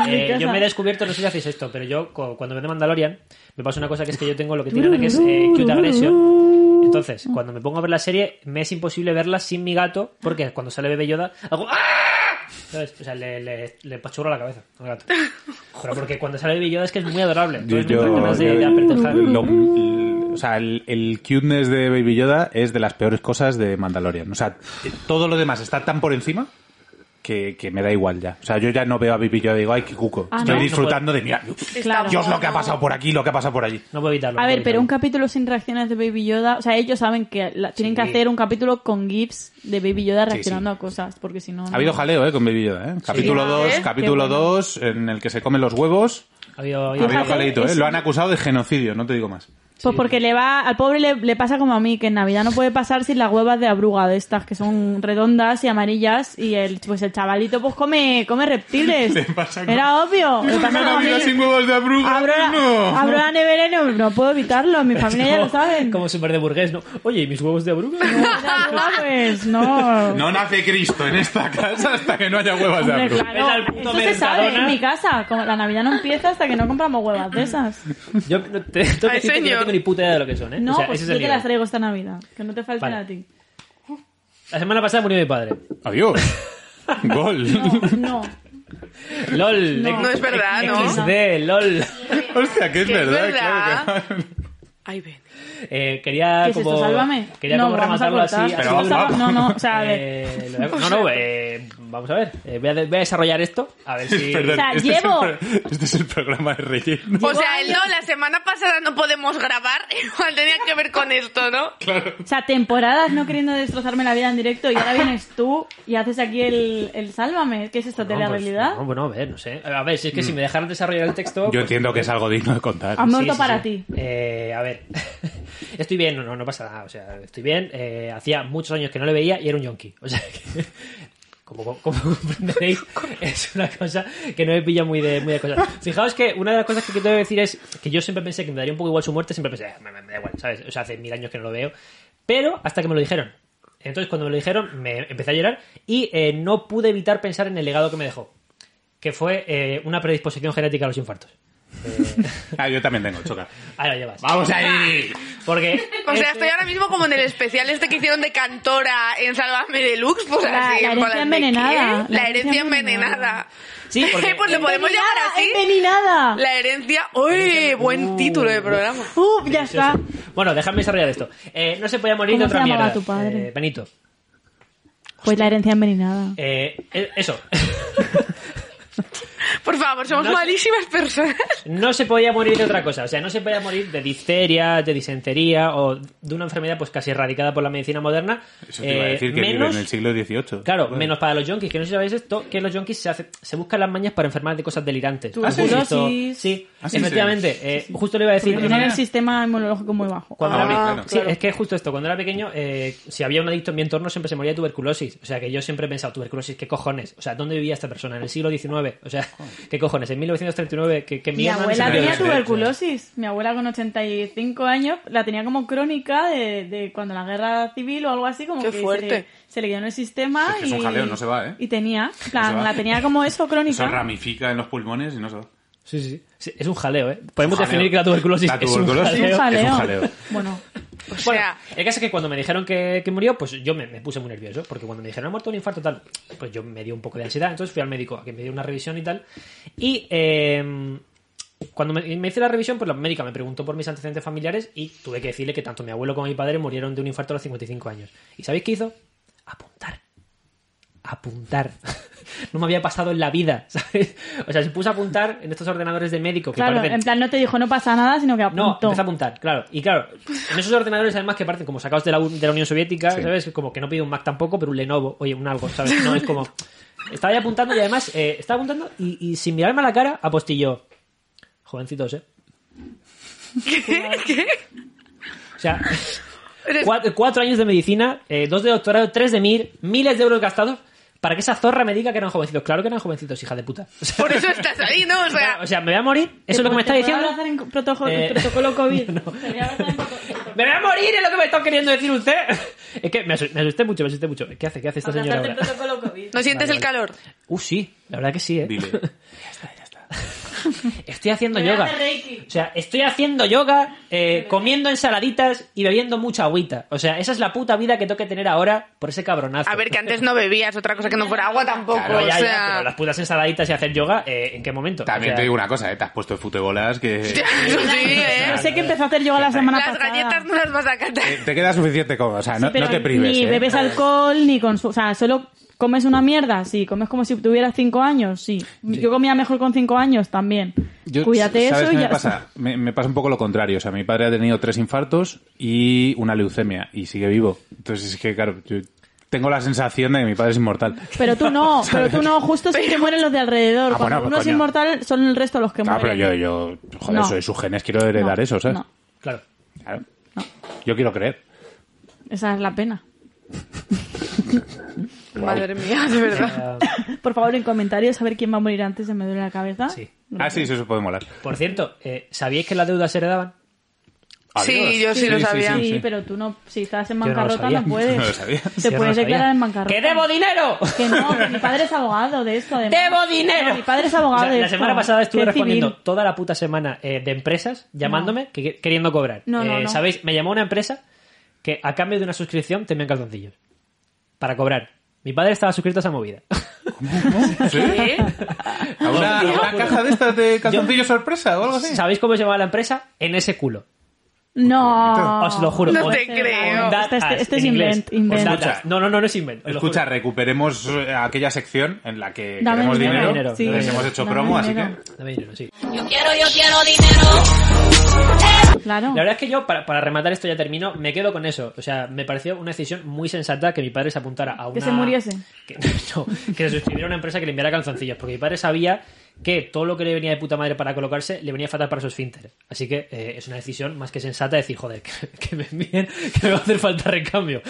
Speaker 1: Eh,
Speaker 3: casa.
Speaker 1: yo me he descubierto, no sé si hacéis esto, pero yo cu- cuando veo de Mandalorian me pasa una cosa que es que yo tengo lo que tiene Ana, que es eh, cute aggression. Entonces, cuando me pongo a ver la serie, me es imposible verla sin mi gato, porque cuando sale bebé Yoda, hago ¡Ah! ¿Sabes? O sea, le, le, le pachurro la cabeza al gato. Pero porque cuando sale Baby Yoda es que es muy adorable.
Speaker 2: Yo,
Speaker 1: Entonces,
Speaker 2: yo-
Speaker 1: me parece pues, más de- de
Speaker 2: yo-
Speaker 1: apertejar.
Speaker 2: lo- o sea, el, el cuteness de Baby Yoda es de las peores cosas de Mandalorian. O sea, todo lo demás está tan por encima que, que me da igual ya. O sea, yo ya no veo a Baby Yoda y digo, ay, qué cuco.
Speaker 3: Ah,
Speaker 2: Estoy
Speaker 1: ¿no?
Speaker 2: disfrutando de, mira,
Speaker 3: Claro.
Speaker 2: Dios, lo que ha pasado por aquí, lo que ha pasado por allí.
Speaker 1: No puedo evitarlo.
Speaker 3: A
Speaker 1: no
Speaker 3: ver,
Speaker 1: puedo
Speaker 3: pero un
Speaker 1: evitarlo.
Speaker 3: capítulo sin reacciones de Baby Yoda, o sea, ellos saben que la- tienen que
Speaker 1: Sí.
Speaker 3: hacer un capítulo con GIFs de Baby Yoda
Speaker 2: sí.
Speaker 3: reaccionando a cosas, porque si no...
Speaker 2: Ha habido jaleo, ¿eh? Con Baby Yoda, ¿eh? Capítulo
Speaker 4: ¿eh?
Speaker 2: 2,
Speaker 4: Qué
Speaker 2: capítulo
Speaker 3: bueno.
Speaker 2: 2, en el que se comen los huevos.
Speaker 1: Ha habido- ha
Speaker 2: Ha
Speaker 1: habido-
Speaker 2: habido
Speaker 3: Fíjate,
Speaker 2: jaleito, ¿eh?
Speaker 3: es-
Speaker 2: Lo han acusado de genocidio, no te digo más.
Speaker 3: Pues porque le va, al pobre le, le pasa como a mí, que en Navidad no puede pasar sin las huevas de abruga de estas, que son redondas y amarillas, y el, pues el chavalito pues come, come reptiles.
Speaker 2: Le pasa como-
Speaker 3: Era obvio. Le pasa como a mí.
Speaker 2: huevos de abruga,
Speaker 3: Abro la, abro la nevera y no, no puedo evitarlo, mi familia ya lo saben.
Speaker 1: Como súper de burgués, ¿no? Oye, ¿y mis huevos de oruga?
Speaker 3: De abruga, pues, no.
Speaker 2: No nace Cristo en esta casa hasta que no haya huevas de
Speaker 3: Hombre,
Speaker 2: abruga.
Speaker 3: claro,
Speaker 1: Vete al puto
Speaker 3: eso se sabe en
Speaker 1: Mercadona.
Speaker 3: mi casa. Como la Navidad no empieza hasta que no compramos huevas de esas.
Speaker 1: Yo no te, tengo que decirte
Speaker 4: Ay,
Speaker 1: que
Speaker 4: señor.
Speaker 1: no tengo ni puta idea de lo que son, ¿eh?
Speaker 3: No,
Speaker 1: O sea, ese
Speaker 3: pues
Speaker 1: es
Speaker 3: yo
Speaker 1: el
Speaker 3: te
Speaker 1: nivel.
Speaker 3: las traigo esta Navidad. Que no te falten
Speaker 1: Vale.
Speaker 3: a ti.
Speaker 1: La semana pasada murió mi padre.
Speaker 2: Adiós. Gol.
Speaker 3: No.
Speaker 1: LOL.
Speaker 3: No.
Speaker 4: No es verdad, ¿no?
Speaker 1: XD, LOL.
Speaker 2: Hostia, que es
Speaker 4: Que es
Speaker 2: verdad,
Speaker 4: verdad.
Speaker 2: claro que-
Speaker 4: Ay, ven.
Speaker 1: Eh, quería
Speaker 3: ¿Qué es
Speaker 1: como...
Speaker 3: esto? Sálvame.
Speaker 1: Quería
Speaker 3: no,
Speaker 1: como
Speaker 3: vamos a
Speaker 1: rematarlo así. así
Speaker 3: cortar.
Speaker 2: Pero vamos,
Speaker 1: como-
Speaker 2: vamos.
Speaker 3: No, no, o sea, a ver.
Speaker 1: Eh, lo- no, no, eh, vamos a ver. Eh, voy, a, voy a desarrollar esto. A ver si...
Speaker 2: Perdón,
Speaker 3: O sea,
Speaker 2: este,
Speaker 3: llevo-
Speaker 2: es el, pro- este es el programa de relleno.
Speaker 4: O sea, no, la semana pasada no podemos grabar. Igual tenía que ver con esto, ¿no?
Speaker 3: O sea, temporadas no queriendo destrozarme la vida en directo y ahora vienes tú y haces aquí el, el sálvame. ¿Qué es esta
Speaker 1: No, pues,
Speaker 3: telerealidad?
Speaker 1: no, bueno, a ver, no sé. A ver,
Speaker 3: Mm.
Speaker 1: si es que si me dejaran desarrollar el texto...
Speaker 2: Yo
Speaker 1: pues-
Speaker 2: entiendo que es algo digno de contar.
Speaker 3: Ah,
Speaker 1: Sí,
Speaker 3: Muerto
Speaker 1: sí,
Speaker 3: para
Speaker 1: sí.
Speaker 3: ti.
Speaker 1: Eh, a ver, estoy bien, no, no pasa nada, o sea, estoy bien. eh, hacía muchos años que no le veía y era un yonki. O sea, que, como, como comprenderéis, es una cosa que no me pilla muy de, muy de cosas. Fijaos que una de las cosas que quiero decir es que yo siempre pensé que me daría un poco igual su muerte, siempre pensé, "Ah, me, me- me da igual, ¿sabes? O sea, hace mil años que no lo veo, pero hasta que me lo dijeron. Entonces, cuando me lo dijeron, me empecé a llorar y eh, no pude evitar pensar en el legado que me dejó, que fue eh, una predisposición genética a los infartos.
Speaker 2: Ah, yo también tengo, choca.
Speaker 1: Ahí lo llevas.
Speaker 2: ¡Vamos ahí!
Speaker 1: Porque.
Speaker 4: O sea,
Speaker 1: este-
Speaker 4: estoy ahora mismo como en el especial este que hicieron de Cantora en Sálvame Deluxe. Pues
Speaker 3: La-
Speaker 4: así,
Speaker 3: la
Speaker 4: en plan
Speaker 3: herencia
Speaker 4: de, ¿qué?
Speaker 3: envenenada,
Speaker 4: La herencia envenenada.
Speaker 1: Sí, porque-
Speaker 4: pues lo podemos llamar
Speaker 3: Envenenada,
Speaker 4: así.
Speaker 3: envenenada.
Speaker 4: La herencia. ¡Uy! Buen título de programa.
Speaker 3: Uh, ya está.
Speaker 1: Bueno, dejadme desarrollar esto. Eh, no se podía morir
Speaker 3: ¿Cómo
Speaker 1: de otra
Speaker 3: se llamaba
Speaker 1: mierda.
Speaker 3: tu padre?
Speaker 1: Eh, Benito.
Speaker 3: Pues la herencia envenenada.
Speaker 1: Eh, eh, eso.
Speaker 4: Por favor, somos
Speaker 1: No sé.
Speaker 4: malísimas personas.
Speaker 1: no se podía morir de otra cosa. O sea, no se podía morir de difteria, de disentería o de una enfermedad pues casi erradicada por la medicina moderna.
Speaker 2: Eso te iba a
Speaker 1: Eh,
Speaker 2: decir que vive
Speaker 1: menos,
Speaker 2: en el siglo XVIII.
Speaker 1: Claro,
Speaker 2: Bueno.
Speaker 1: menos para los yonkis, que no sé si sabéis esto, que los yonkis se, hace- se buscan las mañas para enfermar de cosas delirantes.
Speaker 3: ¿Ah,
Speaker 1: ¿Habéis
Speaker 3: sí?
Speaker 1: visto?
Speaker 3: Tuberculosis.
Speaker 1: Sí,
Speaker 2: Ah, sí,
Speaker 1: efectivamente. eh, Justo le iba a decir.
Speaker 3: Porque tienen el sistema inmunológico muy bajo.
Speaker 1: Cuando
Speaker 2: Ah,
Speaker 1: era pe-
Speaker 2: claro.
Speaker 1: sí, es que justo esto, cuando era pequeño, eh, si había un adicto en mi entorno, siempre se moría de tuberculosis. O sea, que yo siempre he pensado, tuberculosis, ¿qué cojones? O sea, ¿dónde vivía esta persona? En el siglo XIX. O sea, ¿qué cojones? En 1939, ¿qué, qué
Speaker 3: Mi
Speaker 1: mierda?
Speaker 3: abuela
Speaker 1: no se
Speaker 3: tenía
Speaker 1: puede hacer?
Speaker 3: tuberculosis. Mi abuela con 85 años la tenía como crónica de, de cuando la guerra civil o algo así, como
Speaker 4: Qué
Speaker 3: que
Speaker 4: fuerte.
Speaker 3: se le, se le quedó en el sistema.
Speaker 2: Es que es un
Speaker 3: y,
Speaker 2: jaleo, no se va, ¿eh?
Speaker 3: Y tenía, en plan,
Speaker 2: No se va.
Speaker 3: la tenía como eso
Speaker 2: Eso
Speaker 3: crónica.
Speaker 2: ramifica en los pulmones y no se va.
Speaker 1: Sí, sí, sí. Es un jaleo, ¿eh? Podemos
Speaker 2: Un jaleo.
Speaker 1: definir que la tuberculosis,
Speaker 2: La
Speaker 1: es
Speaker 2: tuberculosis
Speaker 1: un
Speaker 3: Es
Speaker 1: jaleo.
Speaker 3: un
Speaker 2: Es un
Speaker 3: jaleo.
Speaker 2: jaleo.
Speaker 3: Bueno,
Speaker 4: O
Speaker 1: Bueno,
Speaker 4: sea,
Speaker 1: el caso es que cuando me dijeron que, que murió, pues yo me, me puse muy nervioso, porque cuando me dijeron ha muerto de un infarto tal, pues yo me dio un poco de ansiedad, entonces fui al médico a que me dio una revisión y tal. Y eh, cuando me, me hice la revisión, pues la médica me preguntó por mis antecedentes familiares y tuve que decirle que tanto mi abuelo como mi padre murieron de un infarto a los 55 años. ¿Y sabéis qué hizo? Apuntar apuntar. No me había pasado en la vida, ¿sabes? O sea, se puso a apuntar en estos ordenadores de médico que
Speaker 3: claro,
Speaker 1: parecen-
Speaker 3: en plan no te dijo no pasa nada, sino que
Speaker 1: no,
Speaker 3: apuntó.
Speaker 1: empieza a apuntar, claro. Y claro, en esos ordenadores además que parecen como sacados de la, U- de la Unión Soviética,
Speaker 2: Sí.
Speaker 1: ¿sabes? Que Como que no pide un Mac tampoco, pero un Lenovo, oye, un algo, ¿sabes? No, es como... Estaba ahí apuntando y además eh, estaba apuntando y, y sin mirarme a la cara apostilló. Jovencitos, ¿eh? O sea,
Speaker 4: eres-
Speaker 1: cua- cuatro, años de medicina, eh, dos de doctorado, tres de MIR, miles de euros gastados para que esa zorra me diga que eran jovencitos. Claro que eran jovencitos, hija de puta. O sea,
Speaker 4: por eso estás ahí, ¿no? O sea,
Speaker 1: o sea, me voy a morir, eso es lo que me está
Speaker 3: Te puedo
Speaker 1: diciendo.
Speaker 3: abrazar en protojo-
Speaker 1: Eh,
Speaker 3: protocolo COVID.
Speaker 1: no.
Speaker 3: Te voy a abrazar en protoco-
Speaker 1: ¡Me voy a morir! Es lo que me está queriendo decir usted. Es que me asu- me asusté, mucho, me asusté mucho. ¿Qué hace? ¿Qué hace esta señora
Speaker 3: Abrazarte en
Speaker 1: ahora? Uh,
Speaker 3: protocolo COVID.
Speaker 4: ¿no sientes
Speaker 1: vale,
Speaker 4: el
Speaker 1: vale.
Speaker 4: calor?
Speaker 1: Uh, sí, la verdad que sí, ¿eh?
Speaker 2: Dile.
Speaker 1: Estoy haciendo
Speaker 3: Pero
Speaker 1: yoga.
Speaker 3: hace reiki.
Speaker 1: O sea, estoy haciendo yoga, eh, comiendo ensaladitas y bebiendo mucha agüita. O sea, esa es la puta vida que tengo que tener ahora por ese cabronazo.
Speaker 4: A ver, que antes no bebías otra cosa que no fuera agua tampoco.
Speaker 1: Claro, ya,
Speaker 4: o
Speaker 1: ya,
Speaker 4: sea...
Speaker 1: pero las putas ensaladitas y hacer yoga, eh, ¿en qué momento?
Speaker 2: También
Speaker 1: O sea,
Speaker 2: te digo una cosa, ¿eh? te has puesto de futebolas que...
Speaker 4: Eso sí, ¿eh?
Speaker 3: Yo sé que empezó a hacer yoga la semana
Speaker 4: Las
Speaker 3: pasada.
Speaker 4: galletas no las vas a
Speaker 2: Te,
Speaker 4: catar.
Speaker 2: te queda suficiente con... O sea, no,
Speaker 3: Sí, pero
Speaker 2: no te prives.
Speaker 3: Ni
Speaker 2: ¿eh?
Speaker 3: bebes alcohol, ni con O sea, solo comes una mierda, sí. Comes como si tuvieras cinco años, sí. Yo comía mejor con cinco años también.
Speaker 2: Yo,
Speaker 3: Cuídate
Speaker 2: ¿sabes
Speaker 3: eso
Speaker 2: qué
Speaker 3: y
Speaker 2: me
Speaker 3: ya
Speaker 2: pasa? Me, me pasa un poco lo contrario. O sea, mi padre ha tenido tres infartos y una leucemia y sigue vivo. Entonces es que, claro, yo tengo la sensación de que mi padre es inmortal.
Speaker 3: Pero tú no, pero tú no, justo si te mueren los de alrededor.
Speaker 2: Ah,
Speaker 3: Cuando
Speaker 2: bueno,
Speaker 3: uno es
Speaker 2: coño.
Speaker 3: inmortal, son el resto los que
Speaker 2: Ah, pero
Speaker 3: mueren.
Speaker 2: yo, yo, joder,
Speaker 3: No.
Speaker 2: soy sus genes, quiero heredar
Speaker 3: No,
Speaker 2: eso, ¿sabes?
Speaker 3: no.
Speaker 1: Claro.
Speaker 2: Claro.
Speaker 3: No.
Speaker 2: Yo quiero creer.
Speaker 3: Esa es la pena.
Speaker 4: Madre mía, de verdad.
Speaker 1: Ah,
Speaker 3: Por favor, en comentarios, saber quién va a morir antes de me duele la cabeza.
Speaker 1: sí.
Speaker 2: Ah, sí, sí, eso puede molar.
Speaker 1: Por cierto, eh, ¿sabíais que las deudas se heredaban?
Speaker 4: Sí, yo sí lo sabía.
Speaker 3: Sí, pero tú no, si estás en
Speaker 1: Yo no lo
Speaker 3: bancarrota
Speaker 1: sabía.
Speaker 3: no, puedes.
Speaker 2: No lo sabía.
Speaker 3: Te
Speaker 1: Yo no
Speaker 3: puedes
Speaker 1: lo
Speaker 3: declarar
Speaker 1: sabía.
Speaker 3: en bancarrota.
Speaker 1: ¡Que debo dinero!
Speaker 3: Que no, que mi padre es abogado de esto, además.
Speaker 1: ¡Debo dinero!
Speaker 3: No, mi padre es abogado
Speaker 1: O sea,
Speaker 3: de
Speaker 1: La
Speaker 3: esto.
Speaker 1: semana pasada estuve
Speaker 3: Que es
Speaker 1: respondiendo
Speaker 3: civil.
Speaker 1: toda la puta semana eh, de empresas llamándome que- queriendo cobrar.
Speaker 3: No, no,
Speaker 1: Eh,
Speaker 3: no.
Speaker 1: ¿Sabéis? Me llamó una empresa que a cambio de una suscripción tenía calzoncillos para cobrar. Mi padre estaba suscrito a esa movida.
Speaker 4: ¿Eh?
Speaker 2: ¿A una, a una caja de estas de calzoncillo sorpresa o
Speaker 3: Pues
Speaker 2: algo así?
Speaker 1: ¿Sabéis cómo se llamaba la empresa? En ese culo.
Speaker 3: Ah. No.
Speaker 1: Os lo juro.
Speaker 4: No
Speaker 1: Os-
Speaker 4: te creo.
Speaker 1: on that
Speaker 3: Este, este-
Speaker 1: ass,
Speaker 3: este es
Speaker 1: en inglés.
Speaker 3: invent.
Speaker 1: On
Speaker 3: invent.
Speaker 1: that ass. No, no, no, no es invent. os lo
Speaker 2: Escucha,
Speaker 1: juro.
Speaker 2: recuperemos eh, aquella sección en la que
Speaker 3: Dame
Speaker 2: queremos
Speaker 3: dinero.
Speaker 1: Dinero,
Speaker 2: dinero. Les
Speaker 1: dinero.
Speaker 2: hemos hecho
Speaker 3: Dame
Speaker 2: promo, así
Speaker 3: dinero.
Speaker 2: que...
Speaker 1: Dame dinero, sí.
Speaker 3: Claro.
Speaker 1: La verdad es que yo, para, para rematar esto ya termino, me quedo con eso. O sea, me pareció una decisión muy sensata que mi padre se apuntara a una...
Speaker 3: Que se muriese.
Speaker 1: Que, no, que se suscribiera a una empresa que le enviara calzoncillos. Porque mi padre sabía que todo lo que le venía de puta madre para colocarse le venía fatal para sus finter. Así que eh, es una decisión más que sensata decir, joder, que, que me envíen, que me va a hacer falta recambio.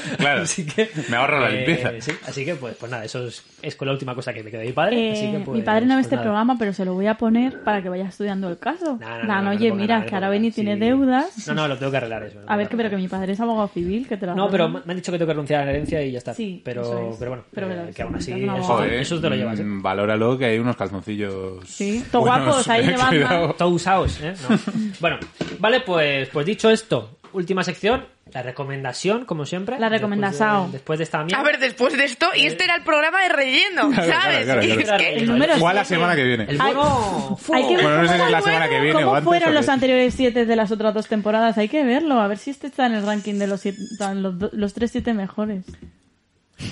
Speaker 2: Claro.
Speaker 1: Así que... eh,
Speaker 2: Me ahorro la limpieza.
Speaker 1: sí, así que, pues, pues nada, eso es, es con la última cosa que me quedó de mi padre.
Speaker 3: Eh,
Speaker 1: así que, pues,
Speaker 3: mi padre no ve
Speaker 1: pues
Speaker 3: este
Speaker 1: nada.
Speaker 3: programa, pero se lo voy a poner para que vaya estudiando el caso.
Speaker 1: No, no, no,
Speaker 3: Dan,
Speaker 1: no, no
Speaker 3: oye,
Speaker 1: ponga
Speaker 3: mira,
Speaker 1: nada,
Speaker 3: que
Speaker 1: no
Speaker 3: ahora
Speaker 1: ponga
Speaker 3: Benny
Speaker 1: nada,
Speaker 3: tiene
Speaker 1: sí.
Speaker 3: deudas.
Speaker 1: No, no, lo tengo que arreglar eso.
Speaker 3: A ver, que, pero que mi padre es abogado civil, que te lo
Speaker 1: No,
Speaker 3: arregla.
Speaker 1: pero me han dicho que tengo que renunciar a la herencia y ya está.
Speaker 3: Sí, eso
Speaker 1: pero,
Speaker 3: es.
Speaker 1: pero bueno,
Speaker 3: Pero
Speaker 1: eh,
Speaker 3: bueno,
Speaker 1: que aún así
Speaker 3: es un
Speaker 1: eso,
Speaker 3: abogado.
Speaker 1: eso te lo llevas. ¿eh?
Speaker 2: mm, Valóralo, que hay unos calzoncillos...
Speaker 3: Sí, todos
Speaker 2: buenos,
Speaker 3: guapos, ahí
Speaker 2: eh,
Speaker 3: de Batman.
Speaker 2: cuidado.
Speaker 1: Todos usados, ¿eh? No. bueno, vale, pues, pues dicho esto, última sección, la recomendación, como siempre.
Speaker 3: La
Speaker 1: recomendación.
Speaker 3: recomendasao.
Speaker 1: Después de, esta mierda.
Speaker 4: A ver, después de esto, y este era el programa de relleno,
Speaker 2: Eh. Claro, claro,
Speaker 4: ¿sabes?
Speaker 2: claro,
Speaker 4: Y
Speaker 1: claro.
Speaker 4: es que-
Speaker 3: El número
Speaker 2: O a la
Speaker 3: siete.
Speaker 2: semana que viene.
Speaker 1: el
Speaker 3: Ay,
Speaker 1: bueno. fu-
Speaker 3: Hay que ver
Speaker 2: Bueno, no sé si
Speaker 3: cómo-
Speaker 2: es la
Speaker 3: ay,
Speaker 2: semana que viene
Speaker 3: cómo
Speaker 2: o antes,
Speaker 3: fueron
Speaker 2: o
Speaker 3: los
Speaker 2: qué.
Speaker 3: anteriores siete de las otras dos temporadas. Hay que verlo, a ver si este está en el ranking de los siete- están los, do- los tres siete mejores.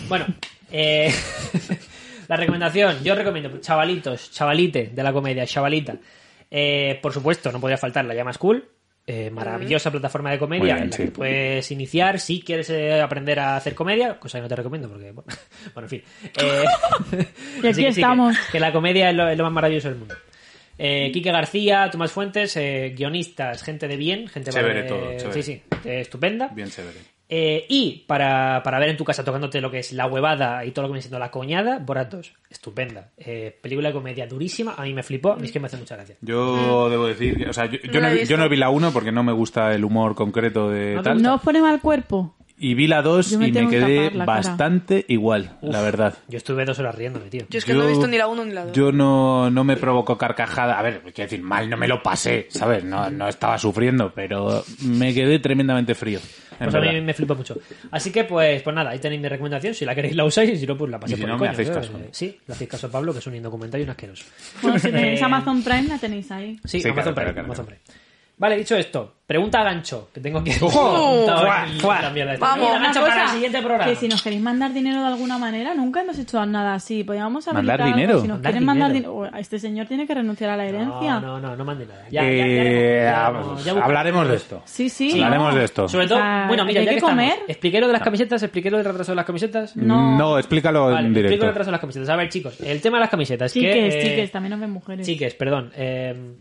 Speaker 1: Bueno, eh, la recomendación, yo recomiendo, chavalitos, chavalite de la comedia, chavalita. Eh, por supuesto, no podía faltar la llama School. eh, maravillosa plataforma de
Speaker 2: Muy
Speaker 1: comedia
Speaker 2: bien,
Speaker 1: en la
Speaker 2: sí.
Speaker 1: que puedes iniciar si quieres eh, aprender a hacer comedia, cosa que no te recomiendo porque, bueno, bueno, en fin. Eh,
Speaker 3: Y aquí
Speaker 1: así que sí, que-
Speaker 3: estamos.
Speaker 1: que la comedia es lo, es lo más maravilloso del mundo. Eh, Quique García, Tomás Fuentes, eh, guionistas, gente de bien, gente
Speaker 2: Chévere
Speaker 1: eh,
Speaker 2: todo, chévere.
Speaker 1: Sí, sí, eh, estupenda.
Speaker 2: Bien severo.
Speaker 1: Eh, y para, para ver en tu casa tocándote lo que es la huevada y todo lo que viene siendo la coñada, Borat 2. Estupenda. Eh, película de comedia durísima. A mí me flipó. A mí es que me hace mucha gracia.
Speaker 3: Mm.
Speaker 2: Yo debo decir, que- o sea, yo, yo
Speaker 4: No la
Speaker 2: no,
Speaker 4: he
Speaker 2: vi- yo
Speaker 4: visto.
Speaker 2: no vi la 1 porque no me gusta el humor concreto de
Speaker 1: No te
Speaker 2: tal.
Speaker 1: gusta.
Speaker 3: ¿No os pone mal cuerpo?
Speaker 2: Y vi la 2
Speaker 3: Yo
Speaker 2: y
Speaker 3: me
Speaker 2: me
Speaker 3: tengo que
Speaker 2: quedé
Speaker 3: tapar la cara.
Speaker 2: bastante igual, la verdad.
Speaker 1: Yo estuve dos horas riéndome, tío.
Speaker 4: Yo es que no he visto ni la uno ni la dos.
Speaker 2: Yo no, no me provocó carcajada. A ver, quiero decir, mal no me lo pasé, ¿sabes? No, no estaba sufriendo, pero me quedé tremendamente frío. en
Speaker 1: Pues a mí
Speaker 2: verdad.
Speaker 1: me flipa mucho. Así que, pues, pues nada, ahí tenéis mi recomendación. Si la queréis, la usáis. Y si no, pues la paséis
Speaker 2: Y si
Speaker 1: por
Speaker 2: no,
Speaker 1: el
Speaker 2: me
Speaker 1: coño,
Speaker 2: hacéis
Speaker 1: ¿sabes?
Speaker 2: caso.
Speaker 1: Sí, le hacéis caso a Pablo, que es un indocumentado y un asqueroso.
Speaker 3: Bueno, si tenéis
Speaker 1: Eh,
Speaker 3: Amazon Prime, la tenéis ahí.
Speaker 1: Sí,
Speaker 2: Sí,
Speaker 1: Amazon Prime,
Speaker 2: claro, claro, claro.
Speaker 1: Amazon Prime. Vale, dicho esto, pregunta a gancho, que tengo aquí.
Speaker 2: ¡Ojo!
Speaker 1: apuntado
Speaker 2: ¡Fua,
Speaker 1: en
Speaker 2: fua!
Speaker 1: la mierda esta.
Speaker 4: Vamos,
Speaker 1: Mira,
Speaker 3: Una
Speaker 1: gancho
Speaker 3: cosa,
Speaker 1: para el siguiente programa.
Speaker 3: Que si nos queréis mandar dinero de alguna manera, nunca hemos hecho nada así. Pues Podríamos
Speaker 2: ¿Mandar
Speaker 3: habilitar algo,
Speaker 2: dinero?
Speaker 3: pues, Si nos
Speaker 1: Mandar
Speaker 3: quieren mandar
Speaker 1: dinero.
Speaker 3: dinero. Este señor tiene que renunciar a la herencia.
Speaker 1: No, no, no, no mande nada. Ya, ya, ya haremos,
Speaker 2: Eh,
Speaker 1: ya haremos, ya
Speaker 2: hab- hablaremos de esto.
Speaker 3: Sí, sí.
Speaker 2: Hablaremos
Speaker 3: no.
Speaker 2: de esto.
Speaker 1: Sobre todo,
Speaker 3: O sea,
Speaker 1: bueno, mira,
Speaker 3: ¿hay
Speaker 1: ya
Speaker 3: que
Speaker 1: que estamos,
Speaker 3: comer?
Speaker 1: expliqué lo de las camisetas, expliqué lo del retraso de las camisetas.
Speaker 3: No.
Speaker 2: explícalo
Speaker 1: Vale,
Speaker 2: en
Speaker 1: explico el
Speaker 2: directo.
Speaker 1: retraso de las camisetas. A ver, chicos, el tema de las camisetas.
Speaker 3: Chiques,
Speaker 1: que, eh,
Speaker 3: chiques, también nos ven mujeres.
Speaker 1: chiques, perdón. eh,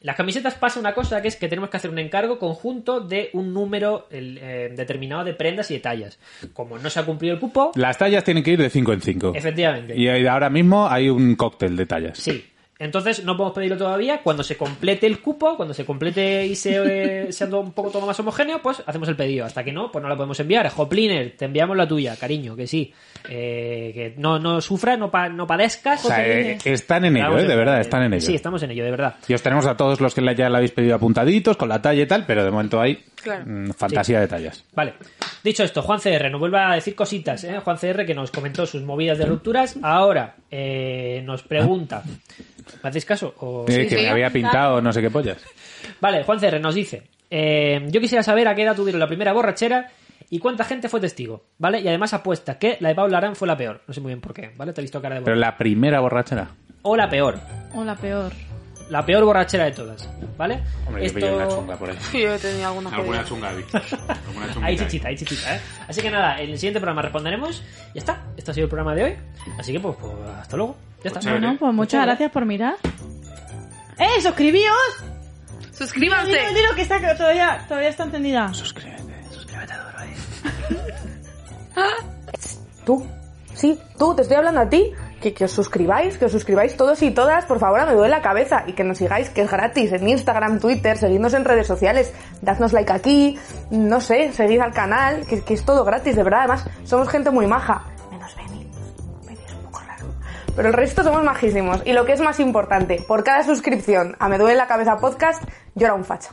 Speaker 1: las camisetas pasa una cosa que es que tenemos que hacer un encargo conjunto de un número el, eh, determinado de prendas y de tallas. Como no se ha cumplido el cupo,
Speaker 2: Las tallas tienen que ir de 5 en 5.
Speaker 1: efectivamente.
Speaker 2: Y ahí- ahora mismo hay un cóctel de tallas.
Speaker 1: Sí. Entonces no podemos pedirlo todavía. Cuando se complete el cupo, cuando se complete y se, eh, sea todo un poco todo más homogéneo, pues hacemos el pedido. Hasta que no, pues no la podemos enviar. Hopliner, te enviamos la tuya, cariño, que sí. Eh, que no, no sufras, no, pa- no padezcas.
Speaker 2: O sea, eh, están en ello,
Speaker 1: Estamos
Speaker 2: eh, de verdad, están en ello.
Speaker 1: Sí, estamos en ello, de verdad.
Speaker 2: Y os tenemos a todos los que la- ya la habéis pedido apuntaditos, con la talla y tal, pero de momento hay
Speaker 6: Claro.
Speaker 2: mm, fantasía de tallas.
Speaker 1: Vale. Dicho esto, Juan CR nos vuelve a decir cositas. ¿eh? Juan CR que nos comentó sus movidas de rupturas. Ahora eh, nos pregunta. ¿Me hacéis caso? O...
Speaker 2: Eh,
Speaker 6: sí,
Speaker 2: que me había pintado no sé qué pollas.
Speaker 1: Vale, Juan CR nos dice. eh, yo quisiera saber a qué edad tuvieron la primera borrachera y cuánta gente fue testigo. ¿Vale? Y además apuesta que la de Paula Arán fue la peor. No sé muy bien por qué. ¿Vale? Te he visto cara de
Speaker 2: Pero
Speaker 1: borrachera.
Speaker 2: la primera borrachera.
Speaker 1: O la peor.
Speaker 3: O la peor.
Speaker 1: La peor borrachera de todas. ¿Vale?
Speaker 2: Hombre, yo pillé una chunga por ahí.
Speaker 6: Sí, yo he tenido alguna
Speaker 7: Alguna
Speaker 6: jodida.
Speaker 7: chunga, vi. Alguna chunga.
Speaker 1: Ahí chichita, ahí chichita, ¿eh? Así que nada, en el siguiente programa responderemos. Ya está, este ha sido el programa de hoy. Así que pues, pues, hasta luego. Ya está.
Speaker 7: Pues chévere.
Speaker 3: Bueno, pues muchas
Speaker 1: Chévere.
Speaker 3: gracias por mirar. ¡Eh, suscribíos!
Speaker 6: Suscríbanse.
Speaker 3: Dilo, dilo, que está que todavía, todavía está encendida.
Speaker 4: Tú, sí, tú, te estoy hablando a ti. Que, que os suscribáis, que os suscribáis todos y todas, por favor, me duele la cabeza. Y que nos sigáis, que es gratis, en Instagram, Twitter, seguidnos en redes sociales, dadnos like aquí, no sé, seguid al canal, que, que es todo gratis, de verdad. Además, somos gente muy maja. Menos Beni. Beni es un poco raro. Pero el resto somos majísimos. Y lo que es más importante, por cada suscripción a Me duele la cabeza podcast, llora un facha.